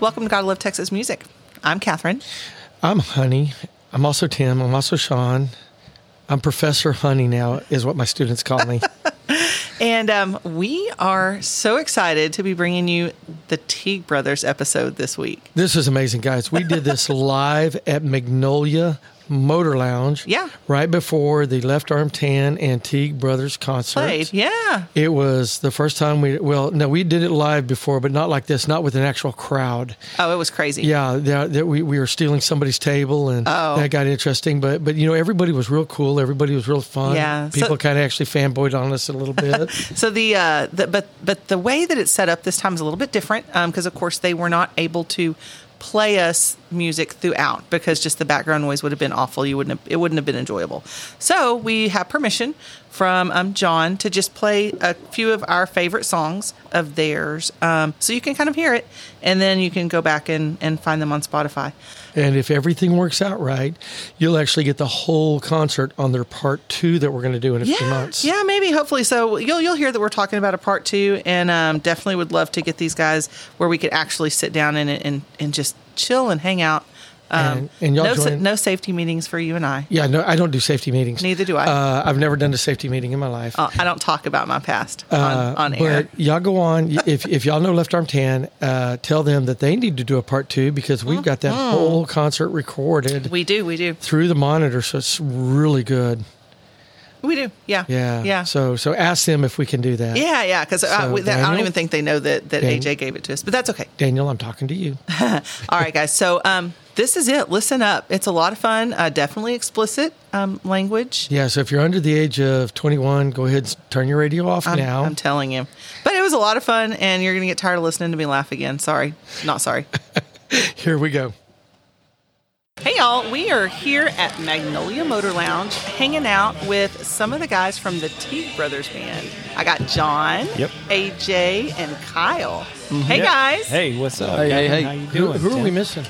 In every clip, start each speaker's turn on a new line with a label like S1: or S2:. S1: Welcome to God Love Texas Music. I'm Catherine.
S2: I'm Honey. I'm also Tim. I'm also Sean. I'm Professor Honey now, is what my students call me.
S1: And um, we are so excited to be bringing you the Teague Brothers episode this week.
S2: this is amazing, guys. We did this live at Magnolia Motor Lounge.
S1: Yeah.
S2: Right before the Left Arm Tan and Teague Brothers concert.
S1: Played. Yeah.
S2: It was the first time we, well, no, we did it live before, but not like this, not with an actual crowd.
S1: Oh, it was crazy.
S2: Yeah, that, that we, we were stealing somebody's table and
S1: Oh.
S2: that got interesting. But but you know everybody was real cool. Everybody was real fun.
S1: Yeah, so-
S2: people kind of actually fanboyed on us a little bit.
S1: So the, uh, the but but the way that it's set up this time is a little bit different because of course they were not able to play us music throughout because just the background noise would have been awful. You wouldn't have, it wouldn't have been enjoyable. So we have permission from um, John to just play a few of our favorite songs of theirs, um, so you can kind of hear it, and then you can go back and and find them on Spotify.
S2: and if everything works out right, you'll actually get the whole concert on their part two that we're going to do in a few months.
S1: Yeah, maybe, hopefully. So you'll you'll hear that we're talking about a part two, and um, definitely would love to get these guys where we could actually sit down and and, and just chill and hang out. Um,
S2: And- and y'all
S1: no, sa-
S2: join-
S1: no safety meetings for you and I.
S2: Yeah, no, I don't do safety meetings.
S1: Neither do I.
S2: Uh, I've never done a safety meeting in my life. Uh,
S1: Uh, I don't talk about my past on, on
S2: but
S1: air.
S2: y'all go on. Y- If, if y'all know Left Arm Tan, uh, tell them that they need to do a part two because we've got that
S1: Mm-hmm.
S2: whole concert recorded
S1: We do, we do,
S2: through the monitor. So it's really good.
S1: we do. Yeah,
S2: Yeah.
S1: yeah.
S2: So so ask them if we can do that.
S1: yeah, yeah, because
S2: So,
S1: I, don't
S2: Daniel?
S1: even think they know that, that
S2: Dan-
S1: AJ gave it to us, but that's okay.
S2: Daniel, I'm talking to you.
S1: All right, guys. So um, this is it. Listen up. It's a lot of fun. Uh, definitely explicit um, language.
S2: Yeah. So if you're under the age of 21, go ahead and s- turn your radio off
S1: I'm,
S2: now.
S1: I'm telling you. But it was a lot of fun, and you're going to get tired of listening to me laugh again. Sorry. Not sorry.
S2: Here we go.
S1: hey, y'all. We are here at Magnolia Motor Lounge hanging out with some of the guys from the Teague Brothers Band. I got John,
S3: Yep.
S1: AJ, and Kyle. Hey,
S3: Yep.
S1: guys.
S3: Hey, what's up?
S4: Hey, hey,
S3: Gavin?
S4: hey.
S3: How you
S2: Who,
S3: doing?
S2: who are
S3: Tim?
S2: we missing?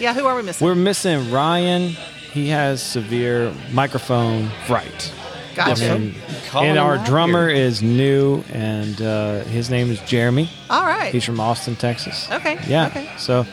S1: Yeah, who are we missing?
S3: We're missing Ryan. He has severe microphone fright.
S1: gotcha.
S3: And,
S4: Call
S3: and
S4: him
S3: our
S4: out
S3: drummer is new, and uh, his name is Jeremy.
S1: All right.
S3: He's from Austin, Texas.
S1: Okay,
S3: Yeah.
S1: okay.
S3: So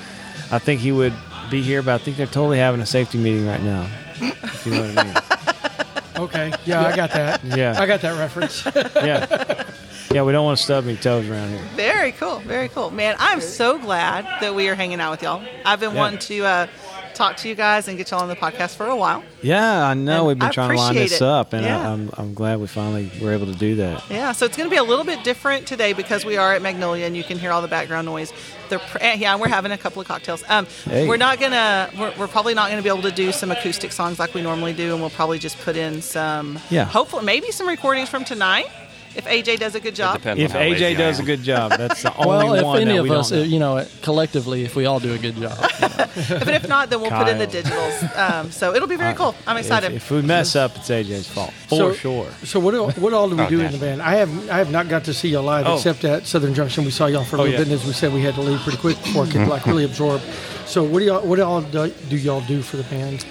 S3: I think he would be here, but I think they're totally having a safety meeting right now. If you know what I mean.
S2: Okay. Yeah, I got that.
S3: Yeah.
S2: I got that reference.
S3: Yeah. Yeah, we don't want to stub any toes around here.
S1: Very cool. Very cool. Man, I'm so glad that we are hanging out with y'all. I've been
S3: Yeah.
S1: wanting to uh, talk to you guys and get y'all on the podcast for a while.
S3: Yeah, I know.
S1: And
S3: We've been
S1: I
S3: trying to line
S1: appreciate
S3: this
S1: it.
S3: up, and
S1: Yeah.
S3: I, I'm, I'm glad we finally were able to do that.
S1: Yeah, so it's going to be a little bit different today because we are at Magnolia and you can hear all the background noise. The pr- eh, yeah, and we're having a couple of cocktails. Um,
S3: Hey.
S1: We're not going to, we're, we're probably not going to be able to do some acoustic songs like we normally do, and we'll probably just put in some,
S3: Yeah.
S1: hopefully, maybe some recordings from tonight if AJ does a good job.
S5: Depends
S3: If
S5: on how lazy I
S3: AJ does a
S5: am.
S3: good job, that's the only
S4: Well,
S3: one
S4: if any
S3: that
S4: of
S3: we don't
S4: us,
S3: know.
S4: uh, you know, collectively, if we all do a good job,
S1: But if not, then we'll put in the
S3: Kyle. Uh,
S1: digitals. Um, so it'll be very cool. I'm excited.
S3: If, if we mess up, it's AJ's fault for
S2: so,
S3: sure.
S2: So what all- what all do we
S5: Oh,
S2: do in
S5: gosh.
S2: the band? I have I have not got to see y'all live
S3: Oh.
S2: except at Southern Junction. We saw y'all for a
S3: Oh,
S2: little
S3: yeah.
S2: bit, and as we said, we had to leave pretty quick before I could like really absorb. So what do y'all what all do, do y'all do for the band?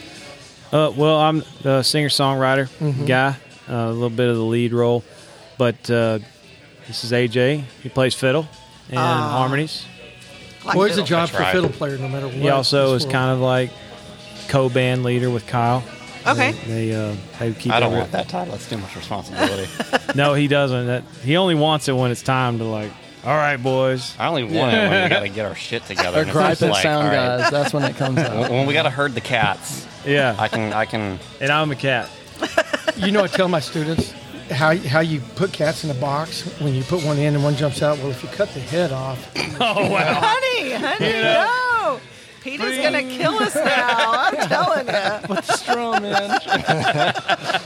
S3: Uh, well, I'm the singer songwriter guy, uh, a little bit of the lead role, but uh, this is AJ. He plays fiddle and harmonies.
S1: Like
S2: Always a
S1: fiddle.
S2: job
S5: That's
S2: for
S5: right.
S2: fiddle player, no matter what.
S3: He also is kind of like co-band leader with Kyle.
S1: Okay.
S3: They uh, they keep.
S5: I don't
S3: every-
S5: want that title. That's too much responsibility.
S3: No, he doesn't. That, he only wants it when it's time to like. All right, boys.
S5: I only want it when we got to get our shit together.
S4: or
S5: and it's just
S4: gripe at
S5: like,
S4: sound
S5: all right,
S4: guys. That's when it comes
S5: When,
S4: out.
S5: when we got to herd the cats,
S3: Yeah,
S5: I can. I can.
S3: and I'm a cat.
S2: you know I tell my students how how you put cats in a box when you put one in and one jumps out. Well, if you cut the head off,
S1: honey, honey, no. Peter's going to kill us now. I'm telling you.
S4: With the straw man.
S3: And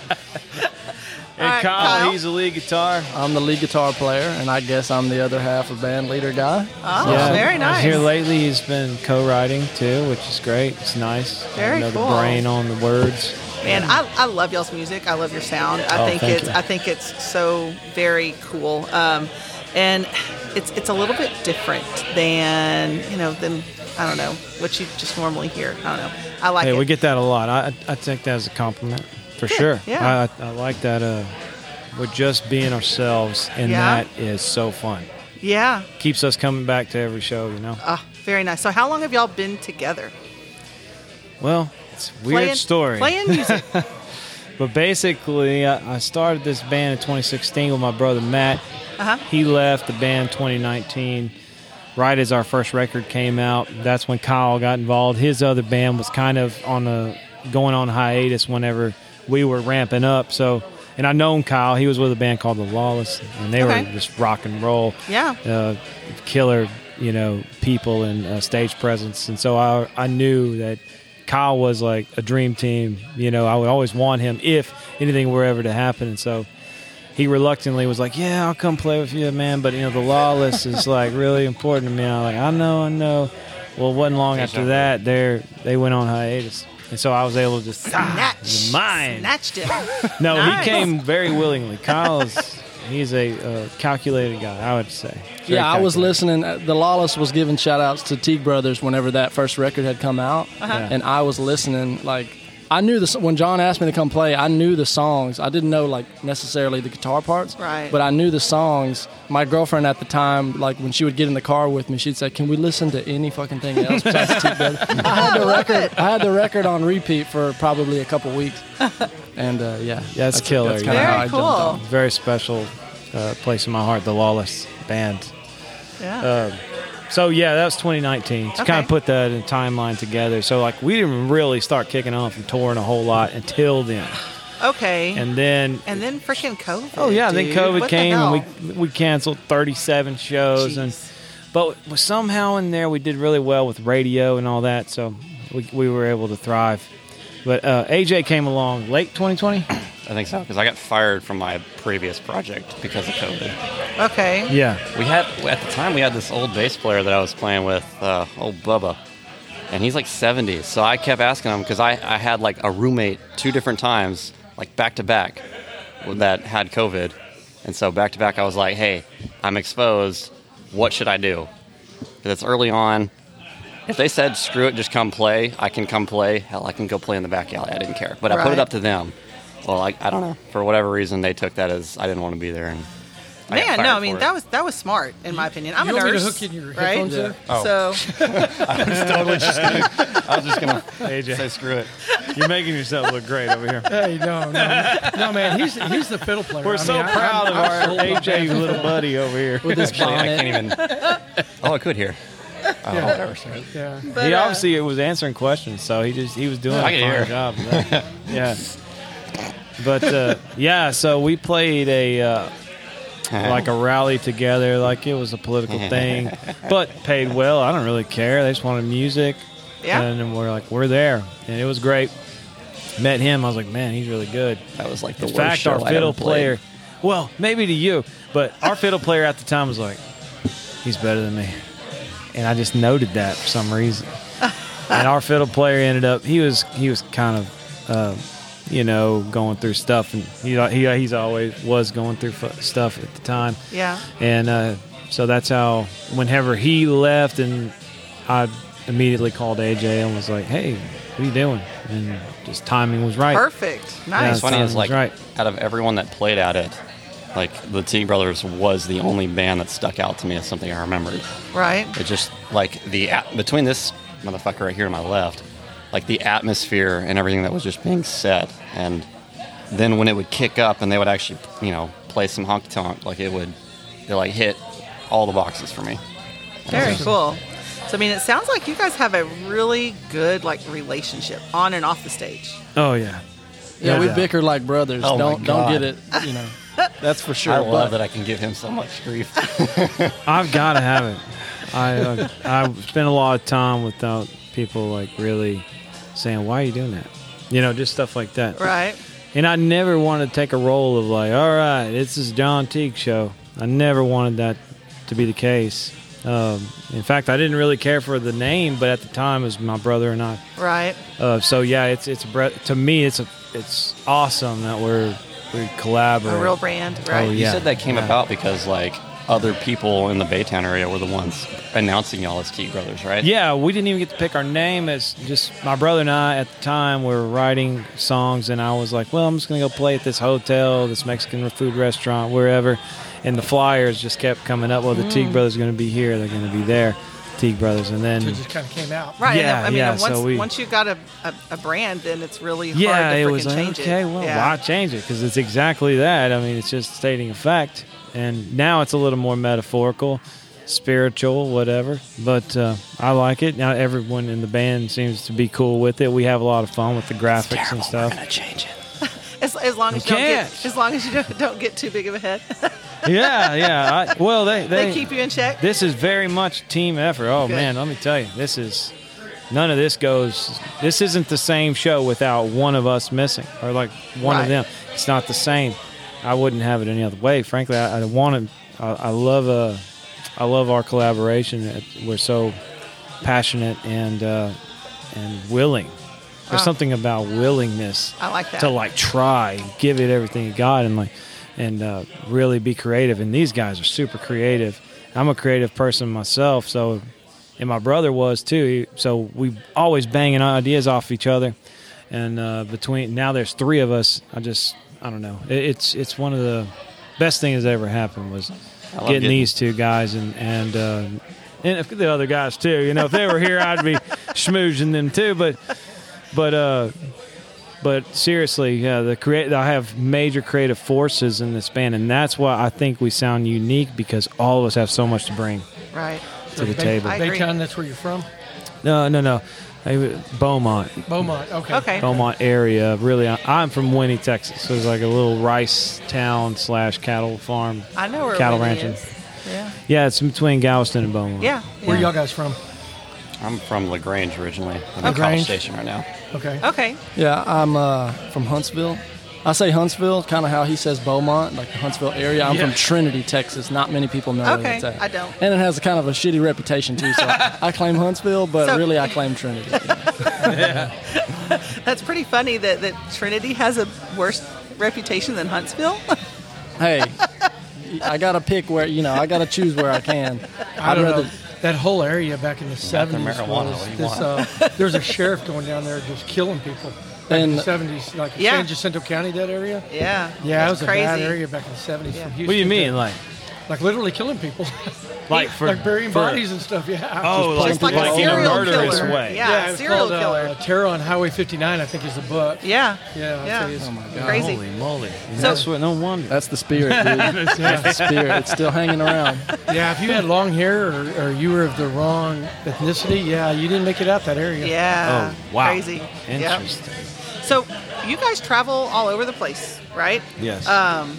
S1: right,
S3: Kyle,
S1: Kyle.
S3: he's the lead guitar.
S4: I'm the lead guitar player, and I guess I'm the other half of band leader guy.
S1: Oh, very
S3: I was
S1: nice.
S3: Here lately, Uh-huh. he's been co-writing too, which is great. It's nice.
S1: Very
S3: Another
S1: cool.
S3: brain on the words.
S1: Man, I, I love y'all's music. I love your sound. I
S3: Oh,
S1: think
S3: thank
S1: it's
S3: you.
S1: I think it's so very cool. Um, and it's it's a little bit different than you know than I don't know what you just normally hear. I don't know. I like
S3: Hey,
S1: it.
S3: we get that a lot. I, I I take that as a compliment for sure.
S1: yeah.
S3: I, I like that. Uh, we're just being ourselves, and
S1: Yeah.
S3: that is so fun.
S1: yeah.
S3: Keeps us coming back to every show, you know.
S1: Ah, Very nice. So, how long have y'all been together?
S3: Well, it's a weird
S1: Playing-
S3: story.
S1: Playing music.
S3: But basically, I, I started this band in 2016 with my brother Matt.
S1: Uh-huh.
S3: He left the band 2019, right as our first record came out. That's when Kyle got involved. His other band was kind of on a going on hiatus whenever we were ramping up. So, and I known Kyle. He was with a band called The Lawless, and they
S1: Okay.
S3: were just rock and roll
S1: yeah.
S3: uh, killer, you know, people and uh, stage presence. And so I, I knew that Kyle was like a dream team. You know, I would always want him if anything were ever to happen. And so he reluctantly was like, "Yeah, I'll come play with you, man." But you know, the lawless is like really important to me. I'm like, I know, I know. Well, it wasn't long after that, they they went on hiatus, and so I was able to just ah,
S1: Snatched.
S3: mine.
S1: Snatched it.
S3: No,
S1: Nice.
S3: he came very willingly. Kyle's he's a uh, calculated guy, I would say. Very
S4: yeah, I was
S3: calculated.
S4: listening. uh, The Lawless was giving shout outs to Teague Brothers whenever that first record had come out.
S3: Yeah.
S4: And I was listening. Like, I knew this when John asked me to come play, I knew the songs. I didn't know, like, necessarily the guitar parts.
S1: Right.
S4: But I knew the songs. My girlfriend at the time, like, when she would get in the car with me, she'd say, Can we listen to any fucking thing else besides Teague Brothers? I had, the record, I had the record on repeat for probably a couple weeks. And, uh, yeah.
S3: Yeah, it's killer,
S4: That's
S3: yeah.
S4: kinda how I
S1: Very
S4: jumped on
S1: cool.
S3: very special uh, place in my heart, the Lawless Band.
S1: Yeah.
S3: Uh, So yeah, that was 2019. To kind
S1: Okay.
S3: of put that in timeline together. So like we didn't really start kicking off and touring a whole lot until then,
S1: okay. And,
S3: and then
S1: then freaking COVID.
S3: oh yeah, and then
S1: dude.
S3: COVID
S1: What the
S3: came
S1: hell?
S3: and we we canceled 37 shows and
S1: Jeez.
S3: but somehow in there we did really well with radio and all that, so we we were able to thrive. But uh, AJ came along late 2020.
S5: I think so because I got fired from my previous project because of COVID.
S1: Okay.
S3: Yeah.
S5: We had at the time we had this old bass player that I was playing with, uh, old Bubba, and he's like 70. So I kept asking him because I, I had like a roommate two different times, like back to back, that had COVID, and so back to back I was like, hey, I'm exposed. What should I do? Because it's early on. If they said screw it, just come play, I can come play. Hell, I can go play in the back alley. I didn't care, but I put
S1: Right.
S5: it up to them. Well, I, I don't know. For whatever reason, they took that as I didn't want to be there. And I got
S1: Man,
S5: fired
S1: no, I
S5: for
S1: mean
S5: it.
S1: that was that was smart in my opinion. I'm
S2: You
S1: a
S2: want me
S1: nurse,
S2: to hook in your
S1: right?
S2: headphones there?
S5: Oh.
S1: So
S5: I was just gonna
S3: AJ.
S5: say screw it.
S3: You're making yourself look great over here.
S2: Hey, no, no, no, man. He's he's the fiddle player.
S3: We're
S2: I
S3: so
S2: mean, I-
S3: proud of
S2: I'm
S3: our
S2: sold on
S3: AJ little buddy over here.
S4: With this
S5: Actually, I
S4: bonnet.
S5: can't even. Oh, I could hear. Oh, whatever, sorry.
S2: that. Yeah.
S1: but,
S3: he
S1: uh,
S3: obviously was answering questions, so he just he was doing a
S5: I
S3: fine
S5: can hear.
S3: job. of that. yeah. But uh, yeah, so we played a uh,
S5: Uh-huh.
S3: like a rally together, like it was a political thing, but paid well. I don't really care. They just wanted music.
S1: Yeah.
S3: And then we're like, we're there, and it was great. Met him, I was like, man, he's really good.
S5: That was like the
S3: In
S5: worst
S3: fact,
S5: show
S3: our
S5: I
S3: fiddle
S5: ever
S3: player,
S5: played.
S3: well, maybe to you, but our fiddle player at the time was like, he's better than me. And I just noted that for some reason. and our fiddle player ended up, he was, he was kind of, uh, you know, going through stuff. And he, he, he's always was going through fu- stuff at the time.
S1: yeah,
S3: And uh, so that's how, whenever he left, and I immediately called AJ and was like, hey, what are you doing? And just timing was right.
S1: perfect, nice.
S5: It's funny
S3: Sounds
S5: is like
S3: right.
S5: out of everyone that played at it, like the T Brothers was the only band that stuck out to me as something I remembered.
S1: right?
S5: It just like the at- between this motherfucker right here to my left, like the atmosphere and everything that was just being set, and then when it would kick up and they would actually you know play some honky tonk, like it would, they like hit all the boxes for me.
S1: Very cool. So I mean, it sounds like you guys have a really good like relationship on and off the stage.
S3: Oh, yeah.
S4: Yeah,
S3: No
S4: we
S3: doubt.
S4: bicker like brothers.
S5: Oh my
S4: don't don't get
S5: God.
S4: it. You know, that's for sure.
S5: I love
S4: but
S5: that I can give him so much grief.
S3: I've got to have it. I uh, I spent a lot of time without people like really saying why are you doing that, you know, just stuff like that.
S1: Right.
S3: And I never wanted to take a role of like, all right, this is John Teague show. I never wanted that to be the case. Um, in fact, I didn't really care for the name, but at the time, it was my brother and I.
S1: Right.
S3: Uh, so yeah, it's it's a bre- to me, it's a it's awesome that we're we collaborate.
S1: A real brand. Right.
S3: Oh,
S5: You
S3: yeah.
S5: said that came
S3: Yeah.
S5: about because like other people in the Baytown area were the ones announcing y'all as Teague Brothers, right?
S3: Yeah, we didn't even get to pick our name. It's just my brother and I at the time we were writing songs, and I was like, "Well, I'm just gonna go play at this hotel, this Mexican food restaurant, wherever." And the flyers just kept coming up. Well, the Teague brothers are gonna be here. They're gonna be there. Teague Brothers, and then
S2: So it just kind of came out.
S1: Right.
S3: Yeah,
S1: and I mean,
S3: yeah,
S1: and once,
S3: so we-
S1: once you got a, a, a brand, then it's really
S3: yeah,
S1: hard to
S3: it
S1: freaking
S3: was like,
S1: change
S3: okay.
S1: it.
S3: Well,
S1: yeah.
S3: why change it? Because it's exactly that. I mean, it's just stating a fact, and now it's a little more metaphorical, spiritual, whatever. But uh, I like it. Now everyone in the band seems to be cool with it. We have a lot of fun with the graphics and stuff.
S5: change it.
S1: As, as long as you
S3: You
S1: don't get,
S3: can't.
S1: as long as you don't, don't get too big of a head,
S3: yeah, yeah. I, well, they
S1: they,
S3: they,
S1: keep you in check.
S3: This is very much team effort. Oh
S1: Good.
S3: man, let me tell you, this is none of this goes. This isn't the same show without one of us missing or like one
S1: Right.
S3: of them. It's not the same. I wouldn't have it any other way. Frankly, I, I want to. I, I love uh, I love our collaboration. It- We're so passionate and uh, and willing. There's
S1: Wow.
S3: something about willingness
S1: Oh. I like that.
S3: to like try and give it everything you got and like and uh, really be creative and these guys are super creative i'm a creative person myself so and my brother was too He- so we always banging ideas off each other and uh, between now there's three of us i just i don't know it, it's it's one of the best things that ever happened was getting,
S5: getting-
S3: these two guys and and uh, and if the other guys too you know if they were here i'd be schmoozing them too but but uh but seriously, yeah, the create I have major creative forces in this band, and that's why I think we sound unique because all of us have so much to bring
S1: right.
S3: to the table.
S1: I- agree.
S2: Baytown, that's where you're from?
S3: no, no, no, I- Beaumont,
S2: Beaumont. Okay.
S1: Okay.
S3: Beaumont area. Really, I, I'm from Winnie, Texas, so it's like a little rice town slash cattle farm.
S1: I know where
S3: cattle
S1: Winnie
S3: ranching.
S1: is. Yeah.
S3: Yeah, it's between Galveston and Beaumont.
S1: Yeah.
S2: Where
S1: yeah.
S2: y'all guys from?
S5: I'm from Lagrange originally.
S3: Oh,
S5: I'm in
S2: LaGrange.
S5: College Station right now.
S2: Okay.
S1: Okay.
S4: Yeah, I'm uh, from Huntsville. I say Huntsville, kind of how he says Beaumont, like the Huntsville area. I'm
S2: Yeah.
S4: from Trinity, Texas. Not many people know where
S1: Okay,
S4: that's at.
S1: I don't.
S4: And it has a kind of a shitty reputation too. So I claim Huntsville, but
S1: So-
S4: really I claim Trinity.
S1: That's pretty funny that, that Trinity has a worse reputation than Huntsville.
S4: hey, I gotta pick where you know. I gotta choose where I can.
S2: I
S4: I'd
S2: don't
S4: rather.
S2: know. That whole area back in the seventies
S5: marijuana,
S2: was
S5: what do you
S2: this.
S5: want?
S2: Uh, there was a sheriff going down there just killing people. Back in
S4: And-
S2: the seventies, like
S1: Yeah.
S2: San Jacinto County, that area.
S1: yeah.
S2: Yeah, it
S1: That's
S2: was
S1: crazy.
S2: a bad area back in the seventies.
S1: Yeah.
S2: from
S1: What
S2: Houston.
S3: What do you mean, like,
S2: Like literally killing people,
S3: like for
S2: like burying
S3: for-
S2: bodies and stuff. Yeah.
S3: Oh,
S4: Just
S3: like,
S4: like a
S3: like in a
S4: serial
S3: murderous
S1: killer.
S3: way.
S1: Yeah,
S2: it was
S1: serial
S2: called, uh,
S1: killer.
S2: Terror on Highway 59, I think is the book.
S1: Yeah.
S2: Yeah, I'd
S1: Yeah.
S2: say it's-
S4: Oh my god.
S1: Crazy.
S3: Holy moly!
S1: So- Uh,
S3: that's what. No wonder.
S4: That's the spirit, dude. That's the spirit. It's still hanging around.
S2: Yeah, if you had long hair or, or you were of the wrong ethnicity, yeah, you didn't make it out that area.
S1: Yeah.
S3: Oh, wow.
S1: Crazy. Yep.
S3: Interesting.
S1: So you guys travel all over the place, right?
S3: Yes.
S1: Um,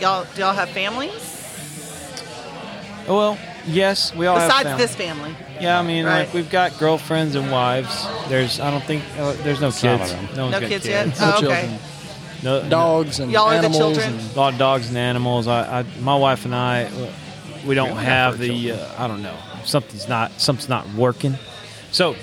S1: y'all do y'all have families
S3: Oh, well, yes, we all
S1: besides
S3: have family.
S1: this family?
S3: Yeah, I mean,
S1: Right.
S3: like we've got girlfriends and wives. There's, I don't think uh, there's no
S5: Some of
S3: kids.
S5: them.
S3: one's
S1: No
S3: got
S1: kids yet.
S4: No
S1: Oh, okay.
S4: children.
S3: No, no.
S4: Dogs and
S1: Y'all are the
S4: animals
S1: children?
S4: and
S3: A lot of dogs and animals. I, I my wife and I, we don't have the. Uh, I don't know. Something's not. Something's not working. So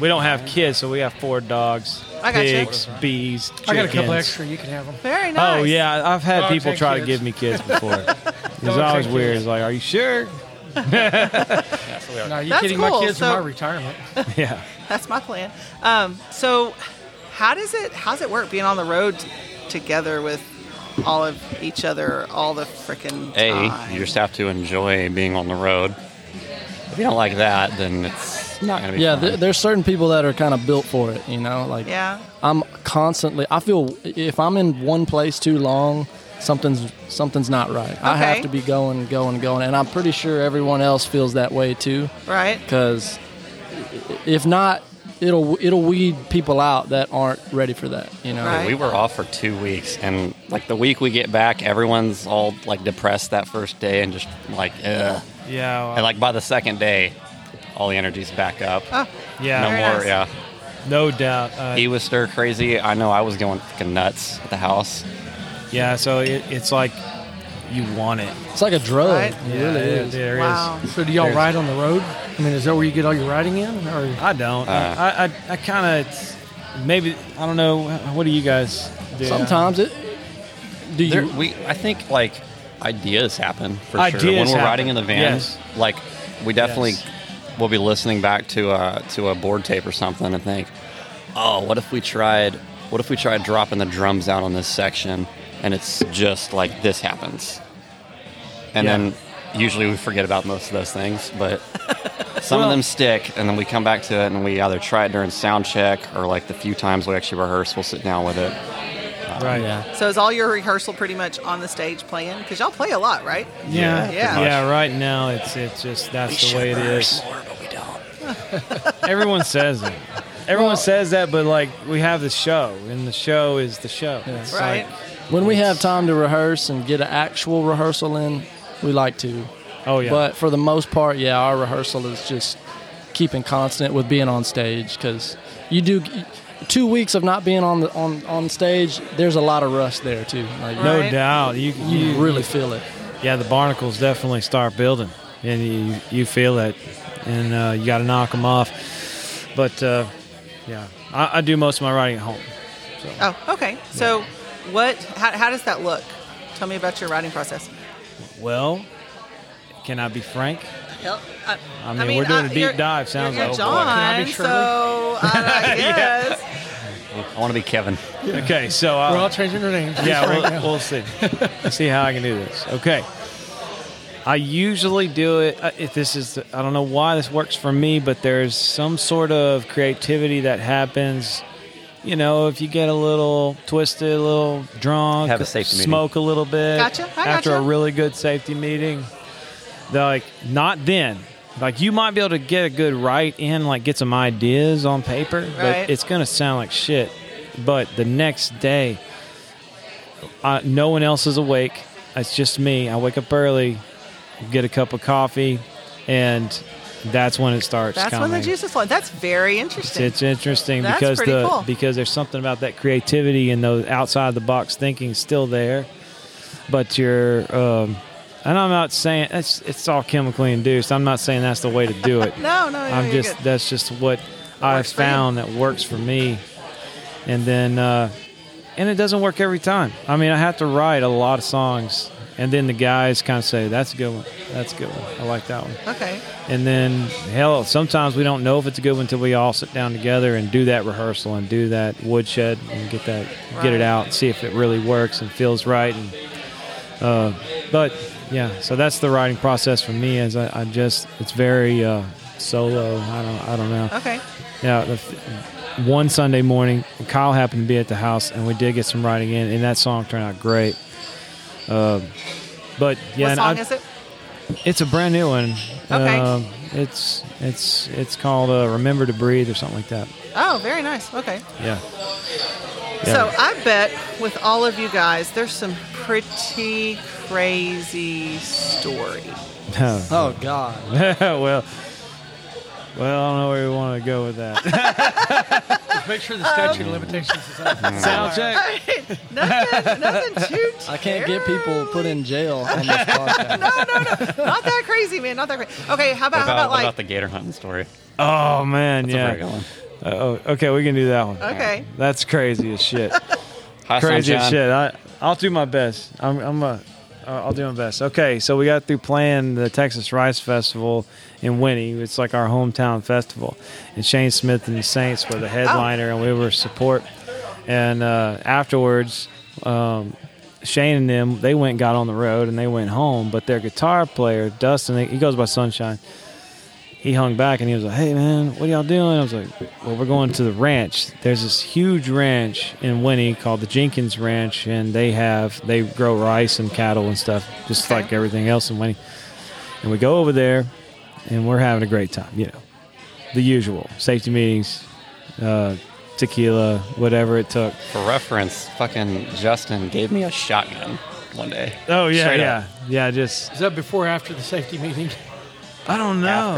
S3: we don't have kids. So we have four dogs,
S1: I gotcha.
S3: pigs, bees. Chickens.
S2: I got a couple extra. You can have them.
S1: Very nice.
S3: Oh yeah, I've had
S2: Dogs
S3: people
S2: and
S3: try to
S2: kids.
S3: give me kids before. it's
S2: Dogs
S3: always
S2: and
S3: weird.
S2: kids.
S3: It's like, are you sure?
S2: No, you
S1: That's
S2: kidding?
S1: cool.
S2: My kids
S1: So-
S2: are my retirement.
S3: Yeah.
S1: That's my plan. Um, so how does it how's it work being on the road t- together with all of each other all the freaking
S5: A,
S1: time?
S5: you just have to enjoy being on the road. If you don't like that, then it's not gonna be
S4: Yeah,
S5: fun.
S4: there, there's certain people that are kind of built for it, you know. Like,
S1: Yeah.
S4: I'm constantly. I feel if I'm in one place too long, something's something's not right. I
S1: Okay.
S4: have to be going, going, going, and I'm pretty sure everyone else feels that way too.
S1: right?
S4: Because if not, it'll it'll weed people out that aren't ready for that, you know.
S1: Right.
S5: we were off for two weeks, and like the week we get back, everyone's all like depressed that first day, and just like, ugh.
S3: Yeah. well,
S5: and like by the second day, all the energy's back up.
S1: Oh,
S3: yeah.
S5: no
S1: Very
S5: more.
S1: nice.
S5: Yeah,
S3: No doubt. Uh,
S5: he was stir crazy. I know I was going fucking nuts at the house.
S3: yeah, so it, it's like you want it.
S4: It's like a drug.
S1: Right.
S4: It
S3: yeah,
S4: really
S3: there-
S4: is.
S3: there is.
S1: wow.
S2: So do y'all
S3: There's-
S2: ride on the road? I mean, is that where you get all your riding in? Or
S3: I don't. I, I, I kind of, maybe, I don't know. What do you guys do?
S4: Sometimes it. Do you?
S5: There, we, I think like ideas happen for sure.
S3: Ideas
S5: When we're
S3: happen,
S5: riding in the van,
S3: yes.
S5: like we definitely
S3: Yes.
S5: will be listening back to a to a board tape or something and think, oh, what if we tried? What if we tried dropping the drums out on this section and it's just like this happens, and
S3: Yeah.
S5: then usually we forget about most of those things, but some of them stick, and then we come back to it, and we either try it during sound check or like the few times we actually rehearse, we'll sit down with it.
S3: Right.
S4: Yeah.
S1: So is all your rehearsal pretty much on the stage playing? Because y'all play a lot, right?
S3: Yeah.
S1: Yeah.
S3: Yeah. Right now, it's it's just that's the way it is.
S5: more, but we don't.
S3: Everyone says it. Everyone says that, but like we have the show, and the show is the show.
S4: Yeah.
S3: It's
S1: Right.
S4: When we have time to rehearse and get an actual rehearsal in, we like to.
S3: like- oh yeah.
S4: But for the most part, yeah, our rehearsal is just keeping constant with being on stage because you do two weeks of not being on the on on stage. There's a lot of rust there too. Like
S3: no
S1: Right.
S3: doubt, you
S4: you
S3: you
S4: really feel it.
S3: yeah, the barnacles definitely start building, and you you feel it, and uh, you got to knock them off. But uh, yeah, I, I do most of my writing at home.
S1: Oh, okay. So what? How, how does that look? Tell me about your writing process.
S3: Well, can I be frank?
S1: Yep. I,
S3: I mean, we're doing a deep dive, sounds
S1: you're
S3: like.
S1: John,
S3: Can I be
S1: so I, I guess.
S5: I want to be Kevin.
S3: Okay, so I,
S2: We're all changing our names.
S3: yeah, we'll, we'll see. see how I can do this. Okay. I usually do it. uh, If this is, the- I don't know why this works for me, but there's some sort of creativity that happens. You know, if you get a little twisted, a little drunk,
S5: Have a safety meeting.
S3: smoke a little bit
S1: Gotcha. I
S3: after
S1: gotcha.
S3: a really good safety meeting, they're like, not then. Like you might be able to get a good write in, like get some ideas on paper,
S1: Right.
S3: but it's gonna sound like shit. But the next day, I, no one else is awake. It's just me. I wake up early, get a cup of coffee, and that's when it starts.
S1: That's
S3: coming.
S1: when the juices flow. That's very
S3: It's,
S1: interesting.
S3: it's interesting
S1: That's
S3: because
S1: pretty
S3: the
S1: cool.
S3: because there's something about that creativity and those outside the box thinking still there, but you're um, and I'm not saying it's it's all chemically induced. I'm not saying that's the way to do it.
S1: no, no, no.
S3: I'm
S1: you're
S3: just
S1: good.
S3: that's just what I
S1: works for you.
S3: found that works for me, and then uh, and it doesn't work every time. I mean, I have to write a lot of songs, and then the guys kind of say, "That's a good one. That's a good one. I like that one."
S1: okay.
S3: And then hell, sometimes we don't know if it's a good one until we all sit down together and do that rehearsal and do that woodshed and get that get
S1: Right.
S3: it out and see if it really works and feels right. And uh, but yeah, so that's the writing process for me. Is I, I just it's very uh, solo. I don't I don't know.
S1: Okay.
S3: Yeah, the, f- one Sunday morning, Kyle happened to be at the house, and we did get some writing in, and that song turned out great. Uh, but yeah,
S1: what
S3: and
S1: song
S3: I,
S1: is it?
S3: it's a brand new one.
S1: Okay.
S3: Um, it's it's it's called uh, "Remember to Breathe" or something like that.
S1: Oh, very nice. Okay.
S3: Yeah.
S1: So I bet with all of you guys, there's some pretty crazy story.
S3: So,
S4: Oh God.
S3: well, well, I don't know where we want to go with that. Um,
S2: Make sure the statute of limitations is up.
S3: Sound check.
S1: nothing, nothing too.
S4: I can't get people put in jail on this podcast.
S1: Not that crazy, man. Not that crazy. Okay. How about, how
S5: What about,
S1: about
S5: what
S1: like?
S5: about the gator hunting story?
S3: Oh man,
S5: That's a very good
S3: yeah.
S5: one.
S3: Uh, oh, okay, we can do that one.
S1: okay.
S3: That's crazy as shit.
S5: Hi,
S3: crazy as
S5: Sunshine.
S3: shit. I I'll do my best. I'm I'm a I'll do my best. Okay, so we got through playing the Texas Rice Festival in Winnie. It's like our hometown festival, and Shane Smith and the Saints were the headliner, and we were support. And uh, afterwards, um, Shane and them they went and got on the road and they went home. But their guitar player Dustin, he goes by Sunshine he hung back and he was like, "Hey man, what are y'all doing?" I was like, "Well, we're going to the ranch. There's this huge ranch in Winnie called the Jenkins Ranch, and they have they grow rice and cattle and stuff, just
S1: Okay.
S3: like everything else in Winnie." And we go over there, and we're having a great time. You know, the usual safety meetings, uh, tequila, whatever it took.
S5: For reference, fucking Justin gave me a shotgun one day.
S3: Oh yeah,
S5: Straight
S3: yeah,
S5: up.
S3: yeah. Just
S2: Is that before or after the safety meeting?
S3: I don't know.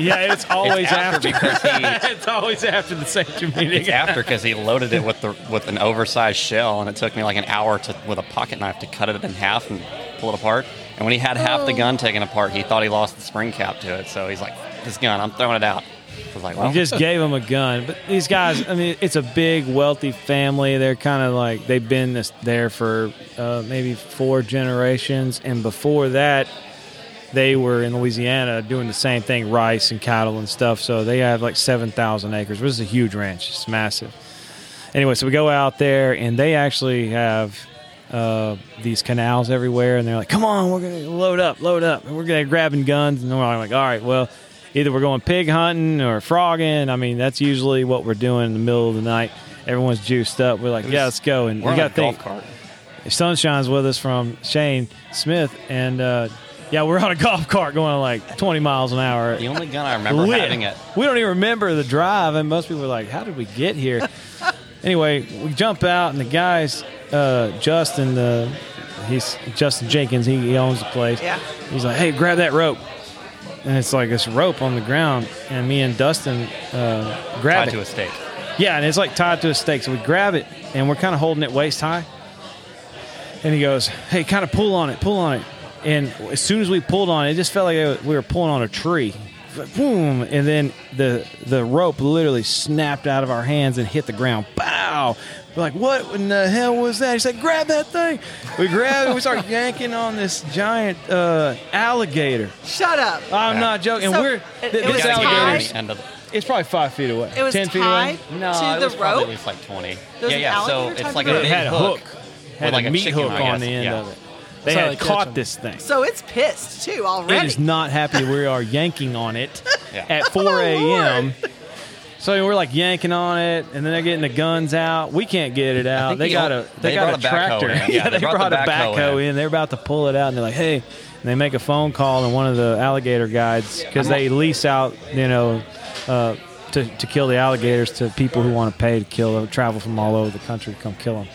S3: yeah, it's always
S5: It's
S3: after.
S5: after, because he,
S3: it's always after the safety
S5: it's
S3: meeting.
S5: after 'cause he loaded it with the with an oversized shell, and it took me like an hour to with a pocket knife to cut it in half and pull it apart. And when he had half
S1: Oh.
S5: the gun taken apart, he thought he lost the spring cap to it, so he's like, "This gun, I'm throwing it out." I was like, "Well,
S3: You just gave them a gun, but these guys. I mean, it's a big, wealthy family. They're kind of like they've been this, there for uh, maybe four generations, and before that, they were in Louisiana doing the same thing, rice and cattle and stuff. So they have like seven thousand acres, which is a huge ranch. It's massive. Anyway, so we go out there, and they actually have uh, these canals everywhere, and they're like, "Come on, we're gonna load up, load up." And we're gonna grabbing guns, and we're like, "All right, well, either we're going pig hunting or frogging." I mean, that's usually what we're doing in the middle of the night. Everyone's juiced up. We're like, "Yeah, let's go!" And
S5: We're
S3: we
S5: on a
S3: got to
S5: golf
S3: think.
S5: cart.
S3: Sunshine's with us from Shane Smith, and uh, yeah, we're on a golf cart going like 20 miles an hour.
S5: The only gun I remember
S3: Lit.
S5: having it.
S3: We don't even remember the drive, and most people are like, "How did we get here?" anyway, we jump out, and the guys, uh, Justin, the he's Justin Jenkins. He, he owns the place.
S1: Yeah.
S3: He's like, "Hey, grab that rope." And it's like this rope on the ground, and me and Dustin uh, grab
S5: Tied
S3: it.
S5: to a stake.
S3: Yeah, and it's like tied to a stake. So we grab it and we're kind of holding it waist high. And he goes, "Hey, kind of pull on it, pull on it." And as soon as we pulled on it, it just felt like we were pulling on a tree. Boom! And then the the rope literally snapped out of our hands and hit the ground. Bow! We're like, "What in the hell was that?" He said, "Grab that thing!" We grab it. We start yanking on this giant uh, alligator.
S1: Shut up.
S3: I'm
S5: Yeah.
S3: not joking.
S1: So,
S3: we're
S1: it-
S3: th-
S1: it
S5: You
S1: was
S3: this
S5: gotta
S1: tied?
S5: get on
S3: alligator.
S5: the end of it.
S3: It's probably five feet away.
S1: It was
S3: ten feet away.
S1: tied
S5: No,
S1: to
S5: it
S1: the
S5: was
S1: rope.
S5: probably at least like 20.
S1: There's
S5: yeah,
S1: an
S5: yeah. So
S1: alligator tied
S5: it's
S1: to
S5: like
S1: the
S5: a
S1: rope?
S5: big
S3: it had a hook,
S5: With
S3: had
S5: like
S3: a
S5: a
S3: meat
S5: chicken,
S3: hook
S5: I
S3: on
S5: guess.
S3: the end
S5: Yeah.
S3: of it. They
S4: how
S3: had
S4: they catch
S3: caught
S4: 'em.
S3: this thing.
S1: So it's pissed too
S3: it
S1: already.
S3: is not happy. We are yanking on it
S5: Yeah.
S3: at 4 a.m.
S1: Lord.
S3: So we're like yanking on it, and then they're getting the guns out. We can't get it
S5: I
S3: out.
S5: think
S3: They
S5: he
S3: got
S5: al-
S3: a they,
S5: they
S3: got a
S5: brought a backhoe
S3: tractor.
S5: in. Yeah,
S3: they, brought, a backhoe in. They're about to pull it out, and they're like, "Hey!" And they make a phone call, and one of the alligator guides because
S5: I'm al-
S3: they lease out, you know, uh, to to kill the alligators to people who want to pay to kill them, travel from all over the country to come kill them.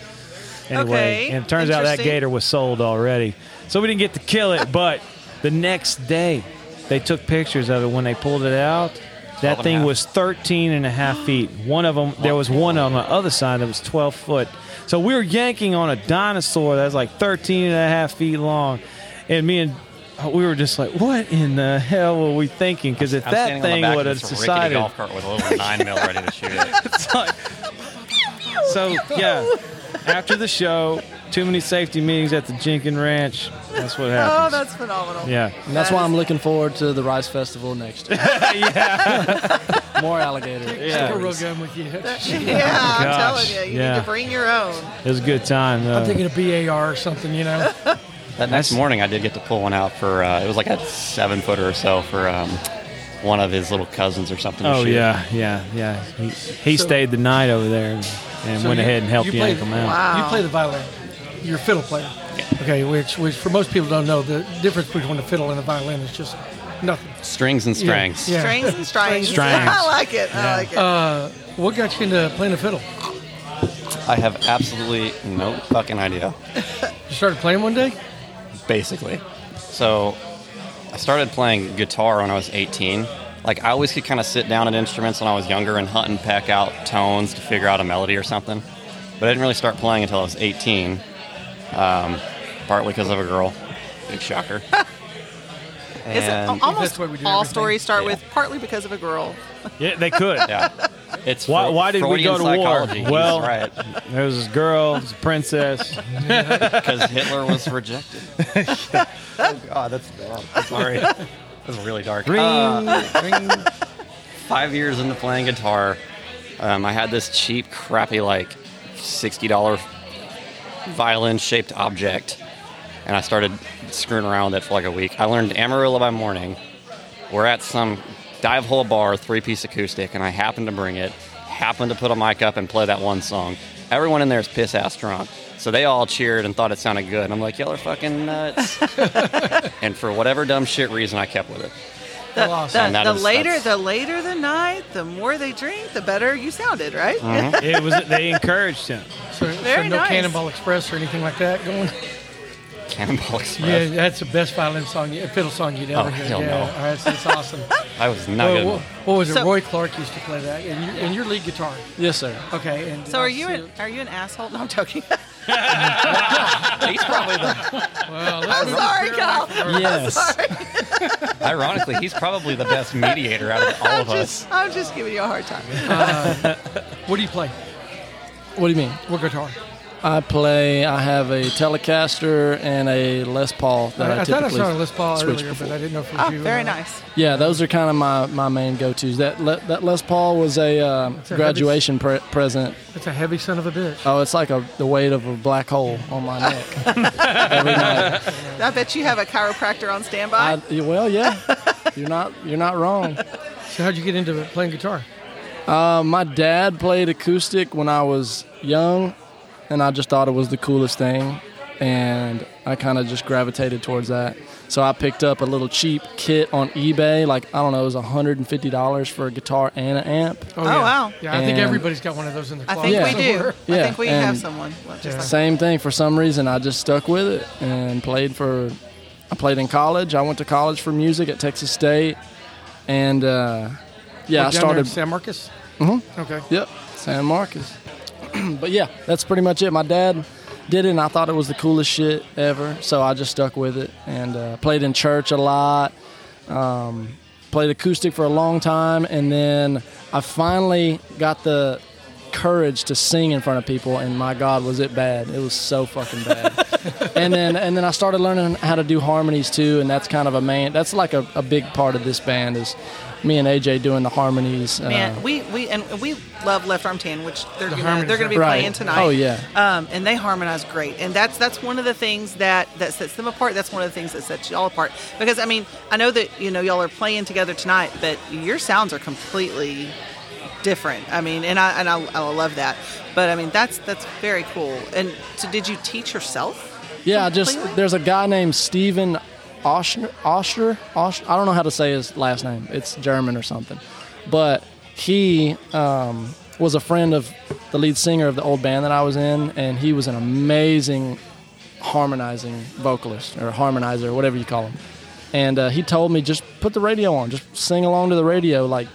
S3: Anyway,
S1: Okay,
S3: and it turns out that
S1: interesting.
S3: gator was sold already, so we didn't get to kill it. but the next day, they took pictures of it when they pulled it out.
S5: Twelve and
S3: That
S5: a
S3: thing
S5: half.
S3: was 13 and a half feet. One of them, there was one on the other side that was 12 foot. So we were yanking on a dinosaur that was like 13 and a half feet long. And me and we were just like, what in the hell were we thinking? Because if
S5: I'm
S3: that
S5: standing on the
S3: thing
S5: back of
S3: would have
S5: this rickety
S3: decided.
S5: golf cart with a little nine mil ready to shoot it.
S3: So, yeah, after the show, too many safety meetings at the Jenkin Ranch. That's what
S1: Oh,
S3: happens.
S1: that's phenomenal.
S3: yeah.
S4: And that's
S1: That
S4: why
S1: is-
S4: I'm looking forward to the Rice Festival next year.
S3: yeah.
S4: More alligator.
S3: Yeah.
S2: real gun with you.
S1: Yeah, I'm
S3: Gosh,
S1: telling you, you need
S3: yeah.
S1: to bring your own.
S3: It was a good time.
S2: I'm
S3: Uh,
S2: thinking a BAR or something, you know.
S5: That next morning, I did get to pull one out for, uh, it was like a seven footer or so for um, one of his little cousins or something. to
S3: Oh
S5: shoot.
S3: yeah, yeah, yeah. He, he
S2: So-
S3: stayed the night over there and, and
S2: So
S3: went
S2: you-
S3: ahead and helped
S2: you
S3: you yank
S2: played-
S3: him out.
S1: Wow.
S2: You play the violin. You're a fiddle player. Okay, which which for most people don't know the difference between a fiddle and a violin is just nothing.
S5: Strings and strings.
S2: Yeah.
S1: Strings and strings.
S3: Strings. Oh,
S1: I like it. I like it.
S2: What got you into playing the fiddle?
S5: I have absolutely no fucking idea.
S2: You started playing one day.
S5: basically. So I started playing guitar when I was 18. Like I always could kind of sit down at instruments when I was younger and hunt and peck out tones to figure out a melody or something. But I didn't really start playing until I was 18, um, partly because of a girl. Big shocker.
S1: Is it,
S5: And-
S2: That's
S1: almost
S2: what we do
S1: all
S2: everything.
S1: stories start
S5: Yeah.
S1: with partly because of a girl.
S3: Yeah, they could.
S5: yeah, it's
S3: Why-
S5: Fre-
S3: why did we go
S5: Freudian
S3: to war?
S5: psychology. He's
S3: Well-
S5: right,
S3: There was this girl, this princess.
S5: because Hitler was rejected. oh God, that's dark. Sorry, that's really dark. Uh,
S3: Ring, ring.
S5: five years into playing guitar, um, I had this cheap, crappy, like $60 violin shaped object. And I started screwing around with it for like a week. I learned Amarillo by morning. We're at some dive hole bar, three piece acoustic, and I happened to bring it, happened to put a mic up and play that one song. Everyone in there is piss ass drunk. So they all cheered and thought it sounded good. And I'm like, y'all are fucking nuts. and for whatever dumb shit reason, I kept with it.
S1: The,
S5: And
S1: the,
S5: that
S1: the
S5: is-
S1: later
S5: that's-
S1: the later the night, the more they drink, the better you sounded, right?
S5: Mm-hmm.
S3: It was. They encouraged him.
S2: So, so
S1: Very
S2: no
S1: nice.
S2: Cannonball Express or anything like that going.
S5: Cannonball Express.
S2: Yeah, that's the best violin song, you- fiddle song you'd ever
S5: Oh,
S2: hear.
S5: hell
S2: yeah,
S5: no.
S2: all right, so it's awesome.
S5: I was not
S2: Well,
S5: good.
S2: what, what was it?
S1: So-
S2: Roy Clark used to play that, and you and your lead guitar.
S4: Yes, sir.
S2: Okay, and uh,
S1: So
S2: I
S1: are you
S2: see-
S1: an, are you an asshole? No, I'm joking.
S5: He's probably the
S2: Well,
S1: I'm
S2: let's-
S1: sorry, Kyle.
S4: Yes.
S1: Sorry.
S5: Ironically, he's probably the best mediator out of all
S1: I'm
S5: of us.
S1: just I'm just giving you a hard time.
S2: what do you play?
S4: What do you mean?
S2: What guitar?
S4: I play. I have a Telecaster and a Les Paul that I,
S2: I, thought I
S4: Uh, typically
S2: saw a Les Paul
S4: switch
S2: earlier,
S4: before.
S2: but I didn't know if it was
S1: Oh,
S2: you. or
S1: very
S2: not.
S1: nice.
S4: Yeah, those are kind of my, my main go tos. That Le, that Les Paul was a um,
S2: a
S4: graduation pre- present.
S2: It's a heavy son of a bitch.
S4: Oh, it's like a, the weight of a black hole on my neck every night.
S1: I bet you have a chiropractor on
S5: Uh,
S1: standby.
S4: I, well, yeah, you're not you're not wrong.
S2: So how'd you get into playing guitar?
S4: Uh, my dad played acoustic when I was young, and I just thought it was the coolest thing, and I kind of just gravitated towards that. So I picked up a little cheap kit on eBay, like I don't know, it was $150 for a guitar and an amp.
S2: Oh,
S1: wow.
S2: Yeah, I think
S4: And-
S2: everybody's got one of those in their
S1: I
S2: closet.
S1: think
S4: Yeah.
S1: we do.
S2: somewhere.
S1: I
S4: Yeah,
S1: think we have
S4: and-
S1: someone. Well, just like-
S4: Same thing. For some reason, I just stuck with it and played for. I played in college. I went to college for music at Texas State, and uh, yeah, I
S2: Down there in
S4: started.
S2: San Marcos. Mm-hmm. Okay.
S4: Yep, San Marcos. but yeah, that's pretty much it. My dad did it, and I thought it was the coolest shit ever. So I just stuck with it and uh, played in church a lot. Um, played acoustic for a long time, and then I finally got the courage to sing in front of people. And my God, was it bad! It was so fucking bad. and then and then I started learning how to do harmonies too, and that's kind of a main. That's like a, a big part of this band is me and AJ doing the harmonies. uh,
S1: Man, we, we and we love Left Arm Tan, which they're gonna,
S2: harmonies
S1: they're going to be
S4: are- Right.
S1: playing tonight.
S4: Oh, yeah.
S1: um, and they harmonize great, and that's that's one of the things that that sets them apart. That's one of the things that sets y'all apart. Because I mean, I know that you know y'all are playing together tonight, but your sounds are completely different. I mean, and I and I, I love that. But I mean, that's that's very cool. And so, did you teach yourself?
S4: Yeah, I just
S1: completely?
S4: there's a guy named Steven Oshner, Oshner, Osh, I don't know how to say his last name. It's German or something, but he um, was a friend of the lead singer of the old band that I was in, and he was an amazing harmonizing vocalist or harmonizer, whatever you call him. And uh, he told me just put the radio on, just sing along to the radio, like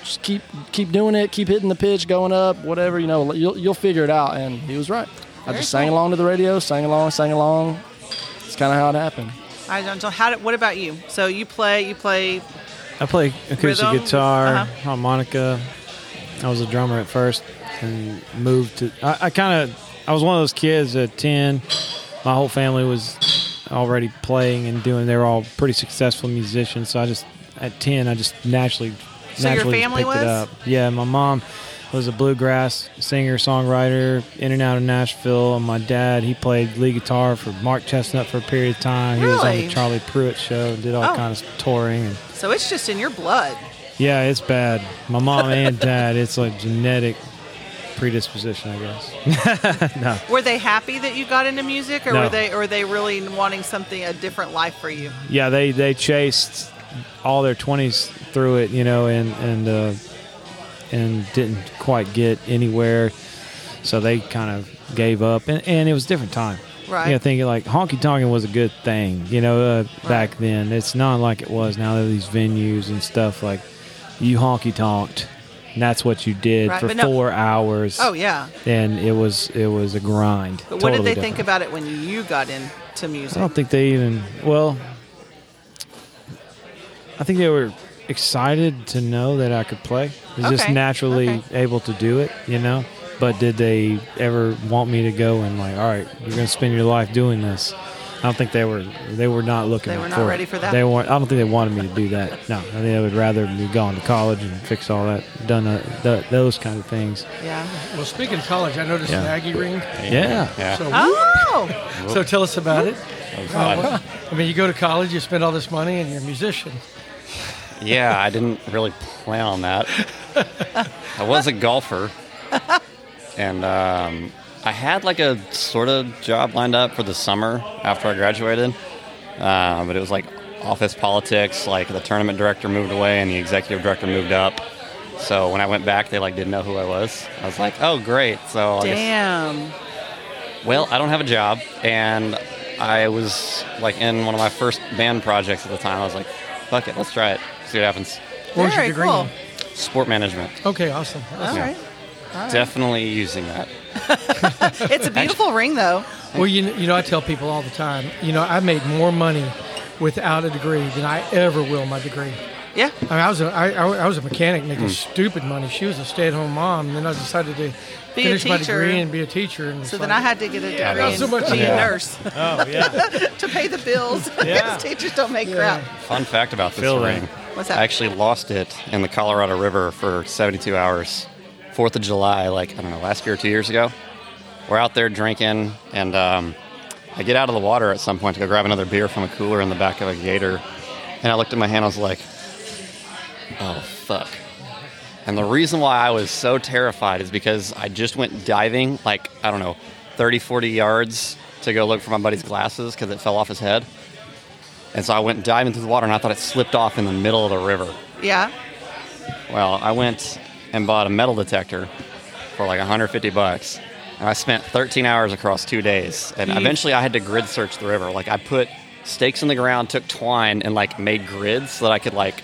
S4: just keep keep doing it, keep hitting the pitch, going up, whatever you know, you'll you'll figure it out. And he was right. I just sang along to the radio, sang along, sang along. It's kind of how it happened.
S1: I don't know. How? Did, what about you? So you play you play
S3: I play acoustic
S1: Rhythm,
S3: guitar,
S1: uh-huh.
S3: harmonica. I was a drummer at first and moved to. I, I kind of. I was one of those kids at 10. My whole family was already playing and doing. They were all pretty successful musicians. So I just, at 10, I just naturally.
S1: So your
S3: naturally just
S1: family
S3: picked
S1: was?
S3: It up. Yeah, my mom was a bluegrass singer, songwriter, in and out of Nashville. And my dad, he played lead guitar for Mark Chestnut for a period of time. He was on
S1: Really?
S3: the Charlie Pruitt show and did all
S1: Oh.
S3: kinds of touring. And
S1: So it's just in your blood.
S3: yeah, it's bad. My mom and dad, it's like genetic predisposition, I guess.
S1: Were they happy that you got into music, or
S3: No.
S1: were they, or were they really wanting something a different life for you?
S3: Yeah, they they chased all their 20s through it, you know, and and uh, and didn't quite get anywhere. So they kind of gave up and, and it was a different time.
S1: Right.
S3: You know, thinking like honky tonking was a good thing, you know, uh, back then. It's not like it was now there are these venues and stuff like you honky tonked. And that's what you did
S1: Right,
S3: for
S1: but no-
S3: four hours.
S1: Oh yeah.
S3: and it was it was a grind.
S1: But what
S3: Totally
S1: did they
S3: different.
S1: think about it when you got into music?
S3: I don't think they even. Well, I think they were excited to know that I could play. I was just
S1: Okay,
S3: naturally
S1: okay.
S3: able to do it, you know. But did they ever want me to go and like, all right, you're going to spend your life doing this? I don't think they were. They were not looking.
S1: They were not
S3: for it.
S1: ready for that.
S3: They weren't. I don't think they wanted me to do that. No, I think they would rather be gone to college and fix all that, done uh, th- those kind of things.
S1: Yeah.
S2: Well, speaking of college, I noticed
S3: Yeah.
S2: an Aggie ring.
S3: Yeah.
S5: Yeah.
S2: So,
S1: Oh.
S2: so tell us about it.
S5: That was fun.
S2: I mean, you go to college, you spend all this money, and you're a musician.
S5: yeah, I didn't really plan on that. I was a golfer, and um, I had like a sort of job lined up for the summer after I graduated, uh, but it was like office politics. Like the tournament director moved away, and the executive director moved up. So when I went back, they like didn't know who I was. I was like, "Oh, great!" So I guess
S1: Damn.
S5: well, I don't have a job, and I was like in one of my first band projects at the time. I was like, "Fuck it, let's try it, see what happens."
S2: What was your
S1: Very
S2: degree
S1: cool.
S2: in?
S5: Sport management,
S2: Okay, awesome.
S1: All
S5: Yeah.
S1: right.
S5: definitely using that.
S1: It's a beautiful ring, though.
S2: Well, you know, you know, I tell people all the time, you know, I made more money without a degree than I ever will my degree.
S1: Yeah.
S2: I, mean, I was a, I, I, I was a mechanic making
S3: Hmm.
S2: stupid money. She was a stay-at-home mom. And then I decided to
S1: Be a
S2: finish my
S1: teacher.
S2: degree and be a teacher. And
S1: So
S2: it's
S1: then
S2: like-
S1: I had to get a degree
S2: not so
S1: and
S2: much-
S1: be
S2: Yeah.
S1: a nurse
S3: Oh yeah.
S1: to pay the bills.
S3: Yeah.
S1: Because teachers don't make crap.
S5: Fun fact about this
S3: Phil
S5: ring.
S3: ring.
S1: What's that?
S5: I actually lost it in the Colorado River for 72 hours. Fourth of July, like, I don't know, last year or two years ago. We're out there drinking, and um, I get out of the water at some point to go grab another beer from a cooler in the back of a gator. And I looked at my hand, I was like, oh, fuck. And the reason why I was so terrified is because I just went diving, like, I don't know, 30, 40 yards to go look for my buddy's glasses because it fell off his head. And so I went diving through the water and I thought it slipped off in the middle of the river.
S1: Yeah.
S5: Well, I went and bought a metal detector for like 150 bucks. And I spent 13 hours across two days. And eventually I had to grid search the river. Like I put stakes in the ground, took twine, and like made grids so that I could like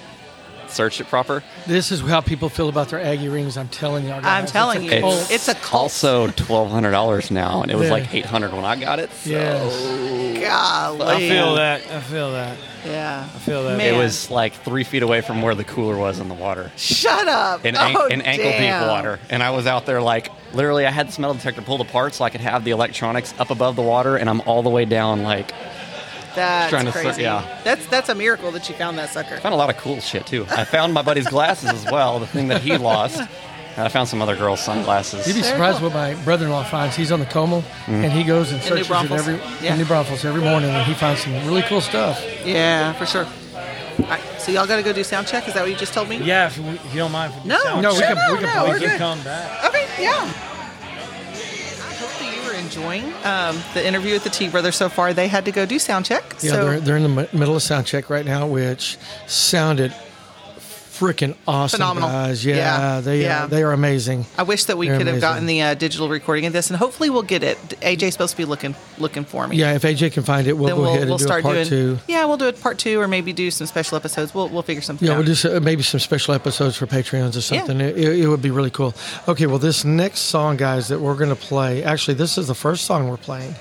S5: search it proper.
S2: This is how people feel about their Aggie rings. I'm telling you.
S1: I'm telling you.
S2: Oh,
S1: It's- a cult.
S5: Also $1,200 now. And it was
S2: Yeah.
S5: like 800 when I got it. So
S2: yes.
S1: Golly.
S3: I feel that. I feel that.
S1: Yeah. I
S3: feel that.
S5: It
S1: Man.
S5: was like three feet away from where the cooler was in the water.
S1: Shut up.
S5: in, an-
S1: oh,
S5: in ankle
S1: damn.
S5: deep water. And I was out there like literally, I had this metal detector pulled apart so I could have the electronics up above the water, and I'm all the way down. Like,
S1: That's
S5: Trying to sur-
S1: crazy.
S5: yeah.
S1: That's that's a miracle that you found that sucker.
S5: found a lot of cool shit too. I found my buddy's glasses as well, the thing that he lost. And I found some other girl's sunglasses.
S2: You'd be
S1: Very
S2: surprised
S1: cool.
S2: what my brother-in-law finds. He's on the Como,
S3: Hmm.
S2: and he goes and
S1: New
S2: searches it
S1: Braunfels.
S2: every
S1: Yeah.
S2: in New Braunfels every morning, and he finds some really cool stuff.
S1: Yeah, for sure. All right, so y'all got to go do sound check. Is that what you just told me?
S3: Yeah, if you, if you don't mind. If
S1: No,
S3: sound
S2: No, we
S3: check.
S2: can- we can
S1: no,
S2: play.
S1: we're
S3: We
S1: good.
S3: can come back.
S1: Okay, yeah. I hope that you were enjoying um, the interview with the T Brothers so far. They had to go do sound check.
S2: Yeah,
S1: so
S2: they're, they're in the m- middle of sound check right now, which sounded freaking awesome,
S1: Phenomenal.
S2: guys. Yeah,
S1: Yeah,
S2: they
S1: yeah.
S2: Uh, they are amazing.
S1: I wish that we
S2: They're
S1: could have
S2: amazing.
S1: gotten the uh, digital recording of this, and hopefully we'll get it. AJ's supposed to be looking looking for me.
S2: Yeah, if AJ can find it, we'll
S1: Then
S2: go
S1: we'll,
S2: ahead and
S1: we'll
S2: do
S1: start
S2: a part
S1: doing.
S2: two.
S1: Yeah, we'll do a part two, or maybe do some special episodes. We'll we'll figure something
S2: Yeah,
S1: out.
S2: we'll do so, maybe some special episodes for Patreons or something. It, it, it would be really cool. Okay, well, this next song, guys, that we're going to play, actually, this is the first song we're playing.